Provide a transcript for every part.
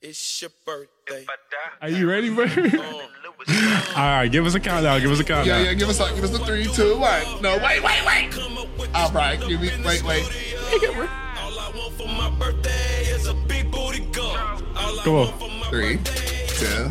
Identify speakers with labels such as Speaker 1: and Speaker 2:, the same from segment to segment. Speaker 1: It's your birthday.
Speaker 2: Are you ready, bro? All right, give us a countdown. Give us a
Speaker 3: Yeah,
Speaker 2: countdown.
Speaker 3: Oh, yeah. Give us like, give us the three, two, one. No, wait, wait, wait.
Speaker 1: Come up with
Speaker 3: All right, give me, wait, wait.
Speaker 1: all I want for my birthday is a big booty girl. All I
Speaker 2: Come
Speaker 1: want
Speaker 2: on.
Speaker 1: for my
Speaker 3: Three, two,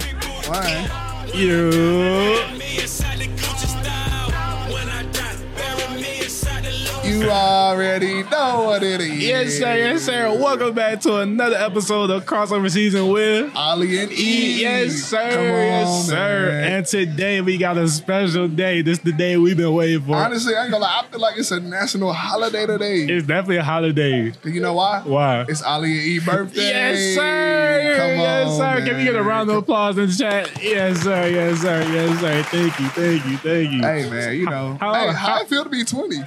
Speaker 3: one.
Speaker 2: You.
Speaker 1: me inside the Gucci style. When I die, bury me inside the low.
Speaker 3: You already know what it is.
Speaker 2: Yes, sir. Yes, sir. Welcome back to another episode of Crossover Season with.
Speaker 3: Ollie and E.
Speaker 2: Yes, sir.
Speaker 3: Come on,
Speaker 2: yes, sir.
Speaker 3: man.
Speaker 2: And today we got a special day. This is the day we've been waiting for.
Speaker 3: Honestly, I ain't gonna lie. I feel like it's a national holiday today.
Speaker 2: it's definitely a holiday.
Speaker 3: Do you know why?
Speaker 2: Why?
Speaker 3: It's Ollie and E birthday.
Speaker 2: Yes, sir.
Speaker 3: Come on,
Speaker 2: yes, sir. Can we get a
Speaker 3: man.
Speaker 2: round of applause in the chat? Yes, sir. Yes, sir. Yes, sir. Thank you. Thank you. Thank you.
Speaker 3: Hey, man. You know,
Speaker 2: How-
Speaker 3: hey,
Speaker 2: how-
Speaker 3: how I feel to be twenty.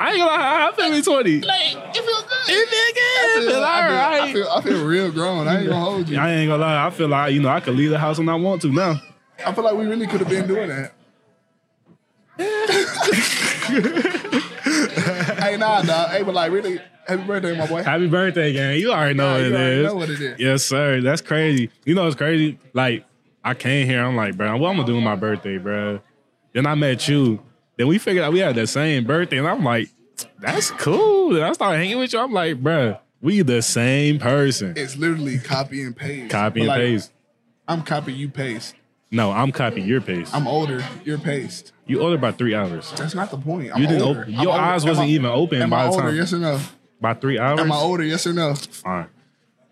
Speaker 2: I ain't gonna lie. I feel me 20. It
Speaker 3: Like, it feels good.
Speaker 2: feel good. It feel all
Speaker 3: I,
Speaker 2: right.
Speaker 3: feel, I feel real grown. I ain't gonna hold you.
Speaker 2: I ain't gonna lie. I feel like you know I could leave the house when I want to now.
Speaker 3: I feel like we really could have been doing that. hey, nah, dog. Hey, but like, really, happy birthday, my boy.
Speaker 2: Happy birthday, gang! You already know what
Speaker 3: Yeah, you
Speaker 2: it
Speaker 3: already
Speaker 2: is.
Speaker 3: know what it is.
Speaker 2: Yes, sir. That's crazy. You know it's crazy. Like I came here. I'm like, bro, what I'm gonna do with my birthday, bro? Then I met you. Then we figured out we had the same birthday, and I'm like, that's cool. And I started hanging with you. I'm like, bro, we the same person.
Speaker 3: It's literally copy and paste.
Speaker 2: Copy
Speaker 3: But,
Speaker 2: and
Speaker 3: like,
Speaker 2: paste.
Speaker 3: I'm copy, you paste.
Speaker 2: No, I'm copy your paste.
Speaker 3: I'm older, you're paste.
Speaker 2: you older by three hours.
Speaker 3: That's not the point. I'm
Speaker 2: You didn't
Speaker 3: older.
Speaker 2: open-
Speaker 3: I'm
Speaker 2: your
Speaker 3: older.
Speaker 2: eyes
Speaker 3: Am
Speaker 2: wasn't
Speaker 3: I-
Speaker 2: even open
Speaker 3: Am
Speaker 2: by
Speaker 3: I
Speaker 2: the
Speaker 3: older?
Speaker 2: time.
Speaker 3: Yes or no?
Speaker 2: By three hours.
Speaker 3: Am I older? Yes or no?
Speaker 2: Fine.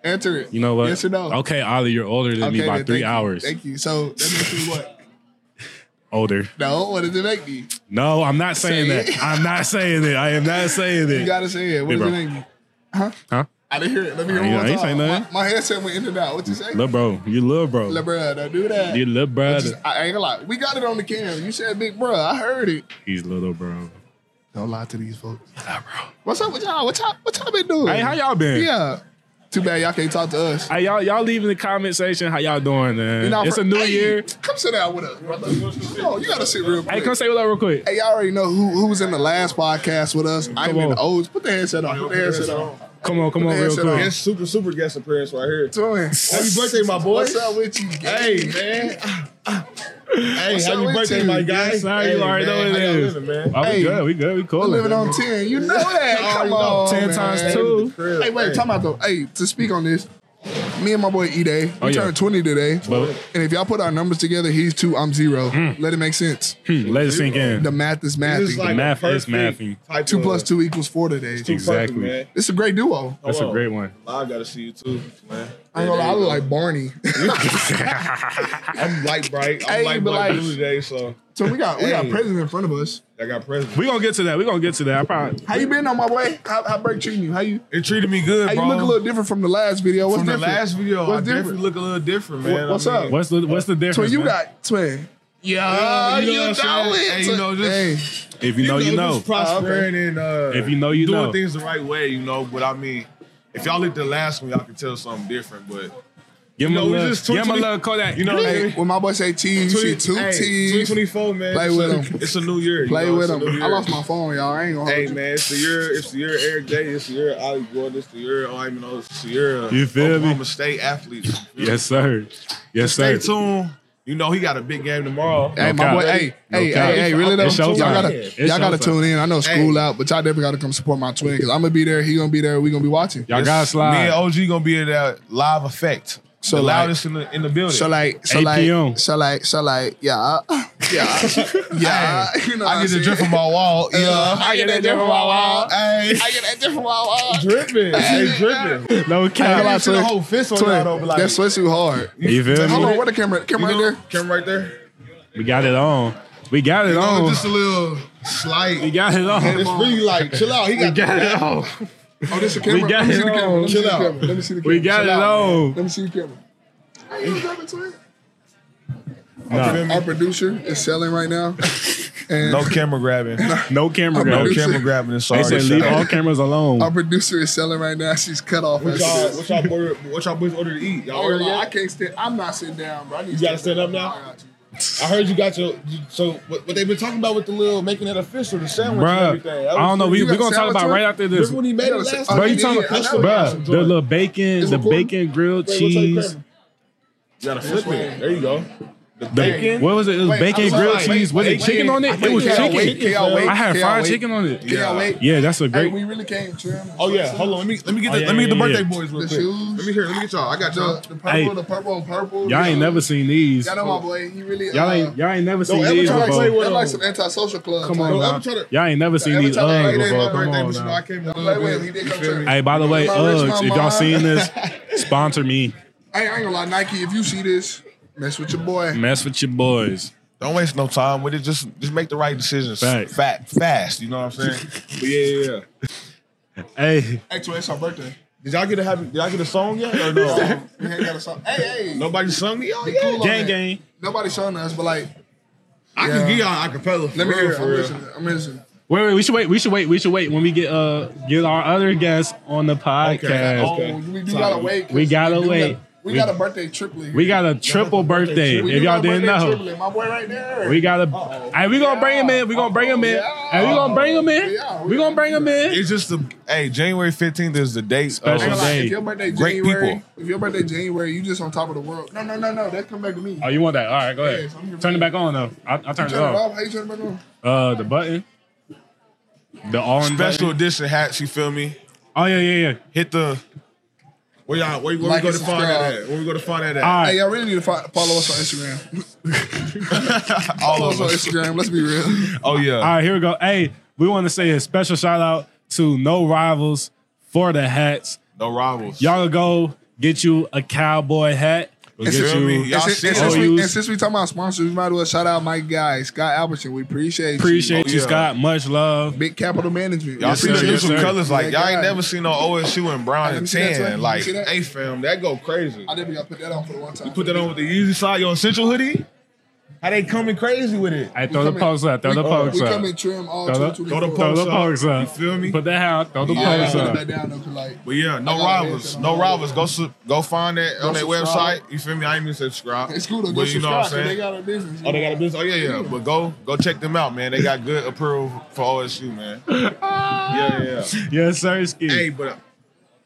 Speaker 3: Answer it.
Speaker 2: You know what?
Speaker 3: Yes or no?
Speaker 2: Okay, Ollie, you're older than me
Speaker 3: Okay,
Speaker 2: by
Speaker 3: then,
Speaker 2: three
Speaker 3: thank you.
Speaker 2: hours.
Speaker 3: Thank you. So that makes me what?
Speaker 2: Older.
Speaker 3: No, what does it make me?
Speaker 2: No, I'm not saying
Speaker 3: Say
Speaker 2: that.
Speaker 3: it.
Speaker 2: I'm not saying it. I am not saying
Speaker 3: You
Speaker 2: it.
Speaker 3: gotta say it. What
Speaker 2: Hey,
Speaker 3: does
Speaker 2: bro.
Speaker 3: it make me?
Speaker 2: huh?
Speaker 3: I didn't hear it. Let me hear
Speaker 2: I
Speaker 3: it
Speaker 2: ain't-
Speaker 3: one
Speaker 2: I
Speaker 3: more
Speaker 2: ain't
Speaker 3: time.
Speaker 2: saying
Speaker 3: My,
Speaker 2: nothing.
Speaker 3: my headset went in and out. What you say?
Speaker 2: Little bro. You little bro.
Speaker 3: Little bruh, don't do that.
Speaker 2: You little bro.
Speaker 3: Just- I ain't gonna lie. We got it on the camera. You said big bruh. I heard it.
Speaker 2: He's little bro.
Speaker 3: Don't lie to these folks. What's up with y'all? What y'all, what y'all been doing?
Speaker 2: Hey, how y'all been?
Speaker 3: Yeah. Too bad y'all can't talk to us.
Speaker 2: Hey, y'all, y'all leave in the comment section how y'all doing, man.
Speaker 3: You know,
Speaker 2: it's
Speaker 3: for-
Speaker 2: a new
Speaker 3: Hey,
Speaker 2: year.
Speaker 3: Come sit down with us, brother. No, you gotta sit real quick.
Speaker 2: Hey, come say what up real quick.
Speaker 3: Hey, y'all already know who who was in the last podcast with us. I ain't
Speaker 2: Come
Speaker 3: in the
Speaker 2: on.
Speaker 3: O's. Put the headset on. Put the headset on.
Speaker 2: Come on, come on,
Speaker 3: man,
Speaker 2: real
Speaker 3: shut up.
Speaker 2: quick.
Speaker 4: That's super, super guest appearance right here.
Speaker 3: What's going?
Speaker 4: Happy birthday, my boy.
Speaker 3: What's up with you, gang?
Speaker 4: Hey, man. Hey,
Speaker 3: up
Speaker 4: happy
Speaker 3: with
Speaker 4: birthday,
Speaker 3: you?
Speaker 4: my guy.
Speaker 2: Yes, sir.
Speaker 4: Hey,
Speaker 2: you already
Speaker 4: man,
Speaker 2: know
Speaker 4: how
Speaker 2: it
Speaker 4: y'all
Speaker 2: is.
Speaker 4: living, man?
Speaker 2: Oh,
Speaker 3: Hey,
Speaker 2: we good. We good. We cool.
Speaker 3: We're living on ten. You know that.
Speaker 4: Y'all
Speaker 3: Come
Speaker 4: already know.
Speaker 3: on,
Speaker 2: 10
Speaker 3: man.
Speaker 2: times two.
Speaker 3: Hey, wait. Talk about though. Hey, to speak on this, me and my boy E Day, we
Speaker 2: yeah.
Speaker 3: turned twenty today.
Speaker 2: Well-
Speaker 3: and if y'all put our numbers together, he's two, I'm zero. Let it make sense.
Speaker 2: Hmm, Let it sink in.
Speaker 3: The math is
Speaker 4: This is
Speaker 3: mathy.
Speaker 4: like a
Speaker 2: math is
Speaker 4: perfect
Speaker 2: mathing.
Speaker 4: type
Speaker 3: two
Speaker 4: of-
Speaker 3: plus two equals four today.
Speaker 4: perfect,
Speaker 2: Exactly.
Speaker 4: man.
Speaker 3: It's a great duo.
Speaker 2: That's a
Speaker 4: on.
Speaker 2: great one.
Speaker 4: I gotta see you too, man.
Speaker 3: I ain't gonna lie, I look like Barney.
Speaker 4: I'm light bright. I'm
Speaker 3: Hey,
Speaker 4: light
Speaker 3: but
Speaker 4: bright
Speaker 3: like-
Speaker 4: blue today, so
Speaker 3: so we got we got
Speaker 4: Hey.
Speaker 3: presents in front of us.
Speaker 4: I got presents.
Speaker 2: We're going to get to that. We're going to get to that. I probably.
Speaker 3: How you been though, my boy? How, how break treating you? How you?
Speaker 4: It treated me good,
Speaker 3: Hey,
Speaker 4: bro.
Speaker 3: you look a little different from the last video. What's
Speaker 4: From the
Speaker 3: different?
Speaker 4: last video, I
Speaker 3: What's
Speaker 4: definitely
Speaker 3: different?
Speaker 4: look a little different, man.
Speaker 3: what's
Speaker 4: I
Speaker 3: up?
Speaker 2: What's the, what's the
Speaker 3: So
Speaker 2: difference?
Speaker 3: you
Speaker 2: man?
Speaker 3: got twin. Ah,
Speaker 4: Yeah, you, know, what I'm saying? Hey, you know, just,
Speaker 3: hey,
Speaker 2: If you know, you know.
Speaker 4: Just prospering and uh,
Speaker 2: If you know, you
Speaker 4: doing
Speaker 2: know.
Speaker 4: things the right way, you know. But I mean, if y'all look the last one, y'all can tell something different. But
Speaker 2: Give him a
Speaker 4: know, we
Speaker 2: love.
Speaker 4: just
Speaker 2: Give him a
Speaker 4: tweeted-
Speaker 2: love. Call that.
Speaker 4: you know,
Speaker 3: hey, when my boy say team, you see two teams.
Speaker 4: 2024, man.
Speaker 3: Play
Speaker 4: it's
Speaker 3: with
Speaker 4: a-
Speaker 3: 'em.
Speaker 4: It's a new year. you
Speaker 3: Play
Speaker 4: know,
Speaker 3: with
Speaker 4: it's a
Speaker 3: him.
Speaker 4: new year.
Speaker 3: I lost my phone, y'all. I ain't gonna hold
Speaker 4: Hey
Speaker 3: you.
Speaker 4: man, it's the year. It's the year Eric Day. It's the year Ali Gordon. It's the year. Oh, I even know. It's the year. Uh,
Speaker 2: You feel me?
Speaker 4: Oklahoma State athletes.
Speaker 2: Yes, sir. Yes,
Speaker 4: Stay
Speaker 2: sir.
Speaker 4: tuned. You know he got a big game tomorrow.
Speaker 3: Hey, my
Speaker 2: cap.
Speaker 3: boy. Hey,
Speaker 2: No
Speaker 3: hey,
Speaker 2: cap.
Speaker 3: hey, hey, really though,
Speaker 2: It's
Speaker 3: y'all
Speaker 2: showtime.
Speaker 3: gotta,
Speaker 2: It's
Speaker 3: y'all gotta
Speaker 2: showtime.
Speaker 3: tune in. I know
Speaker 4: Hey.
Speaker 3: school out, but y'all definitely gotta come support my twin because I'm gonna be there. He gonna be there. We gonna be watching.
Speaker 2: Y'all got to
Speaker 4: Me
Speaker 2: slide.
Speaker 4: and OG gonna be at that live effect.
Speaker 3: So
Speaker 4: the
Speaker 3: like-
Speaker 4: loudest in the in the building.
Speaker 3: So like, so
Speaker 2: 8 p.m..
Speaker 3: like, so like, so like, yeah, yeah, yeah.
Speaker 4: Hey,
Speaker 3: You know,
Speaker 4: I
Speaker 3: what
Speaker 4: get
Speaker 3: I'm
Speaker 4: to drip
Speaker 3: saying?
Speaker 4: from my wall. Yeah,
Speaker 3: I get that drip from my wall.
Speaker 4: Hey,
Speaker 3: I get that drip from my uh, wall.
Speaker 4: dripping. Hey, dripping.
Speaker 2: No
Speaker 3: I
Speaker 2: cap.
Speaker 3: got
Speaker 4: Put the whole fist on y'all though. be Like,
Speaker 3: That sweatsuit hard.
Speaker 2: You feel
Speaker 3: Hold
Speaker 2: me?
Speaker 3: on, where the camera? Camera
Speaker 4: you
Speaker 3: right
Speaker 4: know,
Speaker 3: there.
Speaker 4: Camera right there.
Speaker 2: We got it on. We got it
Speaker 4: Oh,
Speaker 2: on.
Speaker 4: just a little
Speaker 2: We
Speaker 4: slight.
Speaker 2: got it
Speaker 4: It's
Speaker 2: on.
Speaker 4: really like chill out. He got,
Speaker 2: it on.
Speaker 3: Oh, this is the camera.
Speaker 2: got
Speaker 3: Let me
Speaker 2: it
Speaker 3: see the
Speaker 2: on.
Speaker 3: camera. Let me
Speaker 4: Chill
Speaker 3: see the
Speaker 4: out.
Speaker 3: camera. Let me see the camera.
Speaker 2: We got
Speaker 3: Chill
Speaker 2: it
Speaker 3: out.
Speaker 2: on.
Speaker 3: Let me see the camera. Hey, you grabbing twin?
Speaker 2: Nah,
Speaker 3: Our producer is selling right now. And
Speaker 4: No camera grabbing.
Speaker 2: no camera
Speaker 3: No
Speaker 4: No
Speaker 2: grab.
Speaker 4: camera grabbing. It's
Speaker 2: They
Speaker 4: sorry.
Speaker 2: said leave all cameras
Speaker 3: our
Speaker 2: alone.
Speaker 3: producer is selling right now. She's cut off.
Speaker 4: What
Speaker 3: after
Speaker 4: y'all,
Speaker 3: this.
Speaker 4: what y'all, order, what y'all boys order to eat? Y'all
Speaker 3: Oh,
Speaker 4: order
Speaker 3: yeah, I
Speaker 4: yet?
Speaker 3: can't stand. I'm not sitting down, bro. I need
Speaker 4: You gotta stand up now?
Speaker 3: I got you, bro.
Speaker 4: I heard you got your. you- So what, what they've been talking about with the little making it official, the sandwich and
Speaker 2: Bruh,
Speaker 4: everything. That
Speaker 2: I don't
Speaker 4: was-
Speaker 2: know. We
Speaker 4: you
Speaker 2: we
Speaker 4: got-
Speaker 2: gonna talk
Speaker 3: salad
Speaker 2: about
Speaker 3: too?
Speaker 2: right after this.
Speaker 4: Remember when he made it
Speaker 3: Yeah,
Speaker 4: last?
Speaker 3: bro,
Speaker 2: Bro,
Speaker 4: time?
Speaker 2: you
Speaker 3: Yeah,
Speaker 2: talking
Speaker 3: yeah, I know.
Speaker 2: bruh, the little bacon,
Speaker 4: It's
Speaker 2: the
Speaker 4: recording?
Speaker 2: bacon grilled
Speaker 4: Wait, what's that
Speaker 2: cheese,
Speaker 4: camera? You gotta flip it. There you go. The
Speaker 2: the, what was it? It was
Speaker 3: Wait,
Speaker 2: bacon
Speaker 3: I'm sorry.
Speaker 2: grilled cheese. Was it
Speaker 3: Wait,
Speaker 2: chicken
Speaker 3: wait.
Speaker 2: on
Speaker 3: I
Speaker 2: it? It
Speaker 3: think
Speaker 2: was
Speaker 3: we gotta wait.
Speaker 2: chicken.
Speaker 3: We gotta wait.
Speaker 2: I had
Speaker 3: We gotta
Speaker 2: fried
Speaker 3: wait.
Speaker 2: chicken on
Speaker 3: Can
Speaker 2: it.
Speaker 3: y'all wait?
Speaker 2: Yeah, that's a
Speaker 3: Hey,
Speaker 2: great.
Speaker 3: we really can't trim.
Speaker 4: Oh yeah, hold on. Let me let me get
Speaker 2: Oh,
Speaker 4: the,
Speaker 2: yeah,
Speaker 4: let me get the
Speaker 2: yeah,
Speaker 4: birthday
Speaker 2: yeah.
Speaker 4: boys real
Speaker 3: The
Speaker 4: quick.
Speaker 3: shoes.
Speaker 4: Let me hear. Let me get y'all. I got
Speaker 3: The,
Speaker 4: y'all.
Speaker 3: the purple,
Speaker 2: Hey.
Speaker 3: the purple, purple.
Speaker 2: Y'all ain't never seen these.
Speaker 3: Y'all know my boy. He really.
Speaker 2: Y'all
Speaker 3: uh,
Speaker 2: ain't y'all ain't never seen
Speaker 4: Don't ever
Speaker 2: these
Speaker 4: try to play
Speaker 2: before.
Speaker 4: with-
Speaker 3: That's like some antisocial club.
Speaker 2: Come
Speaker 3: type.
Speaker 2: on,
Speaker 4: Don't
Speaker 2: now.
Speaker 4: ever try to-
Speaker 2: y'all ain't never seen
Speaker 3: every
Speaker 2: these
Speaker 3: time I
Speaker 2: Uggs
Speaker 3: play, they
Speaker 2: before.
Speaker 3: my
Speaker 2: Come
Speaker 4: birthday,
Speaker 2: on
Speaker 4: but you know
Speaker 2: now.
Speaker 4: I came a
Speaker 3: Don't
Speaker 4: little
Speaker 3: play with
Speaker 4: bit.
Speaker 3: him. He did
Speaker 4: You
Speaker 3: come
Speaker 4: feel
Speaker 3: to
Speaker 4: me?
Speaker 3: me.
Speaker 2: Hey, by the way,
Speaker 3: My rich
Speaker 2: Uggs, if
Speaker 3: mama.
Speaker 2: y'all seen this, sponsor me.
Speaker 3: Hey, I ain't gonna lie, Nike. If you see this, mess with your boy.
Speaker 2: Mess with your boys.
Speaker 4: Don't waste no time with it. Just just make the right decisions.
Speaker 2: Facts.
Speaker 4: Fat fast. You know what I'm saying? but yeah, yeah, yeah.
Speaker 2: Hey,
Speaker 3: Actually, it's our birthday.
Speaker 4: Did y'all get a happy? Did y'all get a song yet or no?
Speaker 3: We ain't got a song. Hey, hey.
Speaker 4: Nobody sung me. Oh
Speaker 3: Be
Speaker 4: yeah.
Speaker 3: cool on
Speaker 2: gang
Speaker 3: that.
Speaker 2: gang.
Speaker 3: Nobody showing us, but like,
Speaker 4: I
Speaker 3: Yeah.
Speaker 4: can get y'all acapella.
Speaker 3: let me
Speaker 4: for
Speaker 3: hear.
Speaker 4: real,
Speaker 3: it. I'm
Speaker 4: for real.
Speaker 3: listening. I'm listening.
Speaker 2: Wait, wait, we should wait. We should wait. We should wait when we get uh get our other guests on the podcast.
Speaker 4: Okay.
Speaker 3: Oh, we do gotta wait. 'cause
Speaker 2: We gotta
Speaker 3: do
Speaker 2: wait.
Speaker 3: got- We
Speaker 2: We-
Speaker 3: got a birthday triplet.
Speaker 2: We got a triple birthday.
Speaker 3: We
Speaker 2: If
Speaker 3: do
Speaker 2: y'all
Speaker 3: got a
Speaker 2: didn't
Speaker 3: birthday
Speaker 2: know,
Speaker 3: triplet. my boy right there.
Speaker 2: we got a. Hey, we gonna bring him in. We gonna bring him in. Hey, we gonna bring him
Speaker 3: Yeah.
Speaker 2: in. We gonna bring him in.
Speaker 4: It's just the hey January 15th is the date.
Speaker 3: I
Speaker 2: Special
Speaker 3: ain't
Speaker 4: of-
Speaker 3: gonna lie,
Speaker 2: day.
Speaker 3: if your birthday
Speaker 4: Great
Speaker 3: January,
Speaker 4: people.
Speaker 3: if your birthday January, you just on top of the world. No, no, no, no. That come back to me.
Speaker 2: Oh, you want that? All right, go
Speaker 3: Yes, I'm here
Speaker 2: ahead.
Speaker 3: for
Speaker 2: Turn it
Speaker 3: you.
Speaker 2: back on though. I, I turned it
Speaker 3: Turn it
Speaker 2: off.
Speaker 3: off. How you turn it back on?
Speaker 2: Uh, the button. The orange
Speaker 4: Special
Speaker 2: special.
Speaker 4: edition hats. You feel me?
Speaker 2: Oh yeah, yeah, yeah.
Speaker 4: Hit the. Where y'all? Where, where
Speaker 3: Like
Speaker 4: we go
Speaker 3: and
Speaker 4: to find that
Speaker 3: subscribe.
Speaker 4: at? Where we go to find that at?
Speaker 2: All
Speaker 3: Hey,
Speaker 2: right,
Speaker 3: y'all really need to fo- follow us on Instagram.
Speaker 4: All
Speaker 3: Follow
Speaker 4: of
Speaker 3: us on
Speaker 4: us.
Speaker 3: Instagram. Let's be real.
Speaker 4: Oh yeah.
Speaker 2: all right. Here we go. Hey, we want to say a special shout out to No Rivals for the hats.
Speaker 4: No rivals.
Speaker 2: Y'all can go get you a cowboy hat. We'll
Speaker 3: It's
Speaker 2: get
Speaker 4: feel me?
Speaker 2: Oh, you.
Speaker 3: And
Speaker 4: Y'all
Speaker 3: since,
Speaker 4: see
Speaker 3: and,
Speaker 4: us.
Speaker 3: since we,
Speaker 2: Use-
Speaker 3: and since we talking about sponsors, we might as well shout out my guy, Scott Albertson. We appreciate you.
Speaker 2: Appreciate
Speaker 4: Oh,
Speaker 2: you,
Speaker 4: yeah.
Speaker 2: Scott. Much love.
Speaker 3: Big Capital Management.
Speaker 4: Y'all
Speaker 2: Yes,
Speaker 4: see
Speaker 2: sir.
Speaker 4: the
Speaker 2: Yes,
Speaker 4: neutral
Speaker 2: sir.
Speaker 4: colors like y'all
Speaker 3: Yeah.
Speaker 4: ain't never seen no OSU and brown
Speaker 3: Let me
Speaker 4: and
Speaker 3: see that
Speaker 4: tan.
Speaker 3: too.
Speaker 4: Like,
Speaker 3: You see that?
Speaker 4: hey fam, that go crazy.
Speaker 3: I didn't y'all put that on for the one time.
Speaker 4: Put that on with the easy side, your essential hoodie. How they coming crazy with it?
Speaker 2: Hey, throw the
Speaker 3: coming-
Speaker 2: pokes up. Throw
Speaker 3: we,
Speaker 2: the pokes
Speaker 3: We
Speaker 2: up.
Speaker 3: come in trim all
Speaker 2: Throw the-
Speaker 3: 2024.
Speaker 4: throw the
Speaker 2: Throw
Speaker 4: pokes
Speaker 2: the
Speaker 4: up.
Speaker 2: pokes up.
Speaker 4: You feel me?
Speaker 2: Put that out. Throw the
Speaker 3: Yeah, I
Speaker 2: pokes
Speaker 3: gotta put it
Speaker 2: up.
Speaker 3: back down though, 'cause, like,
Speaker 4: But yeah, no
Speaker 3: I gotta
Speaker 4: rivals.
Speaker 3: hit
Speaker 4: No
Speaker 3: them.
Speaker 4: rivals. Go su- go find that on their
Speaker 3: subscribe.
Speaker 4: website. You feel me? I ain't even said subscribe.
Speaker 3: it's cool to go
Speaker 4: But you know what I'm
Speaker 3: subscribe 'cause they
Speaker 4: saying?
Speaker 3: got a business.
Speaker 4: Oh, they got a business. Oh yeah, yeah. But go go check them out, man. They got good approval for OSU, man. yeah, yeah, yeah.
Speaker 2: Yes, sir. Ski.
Speaker 4: Hey, but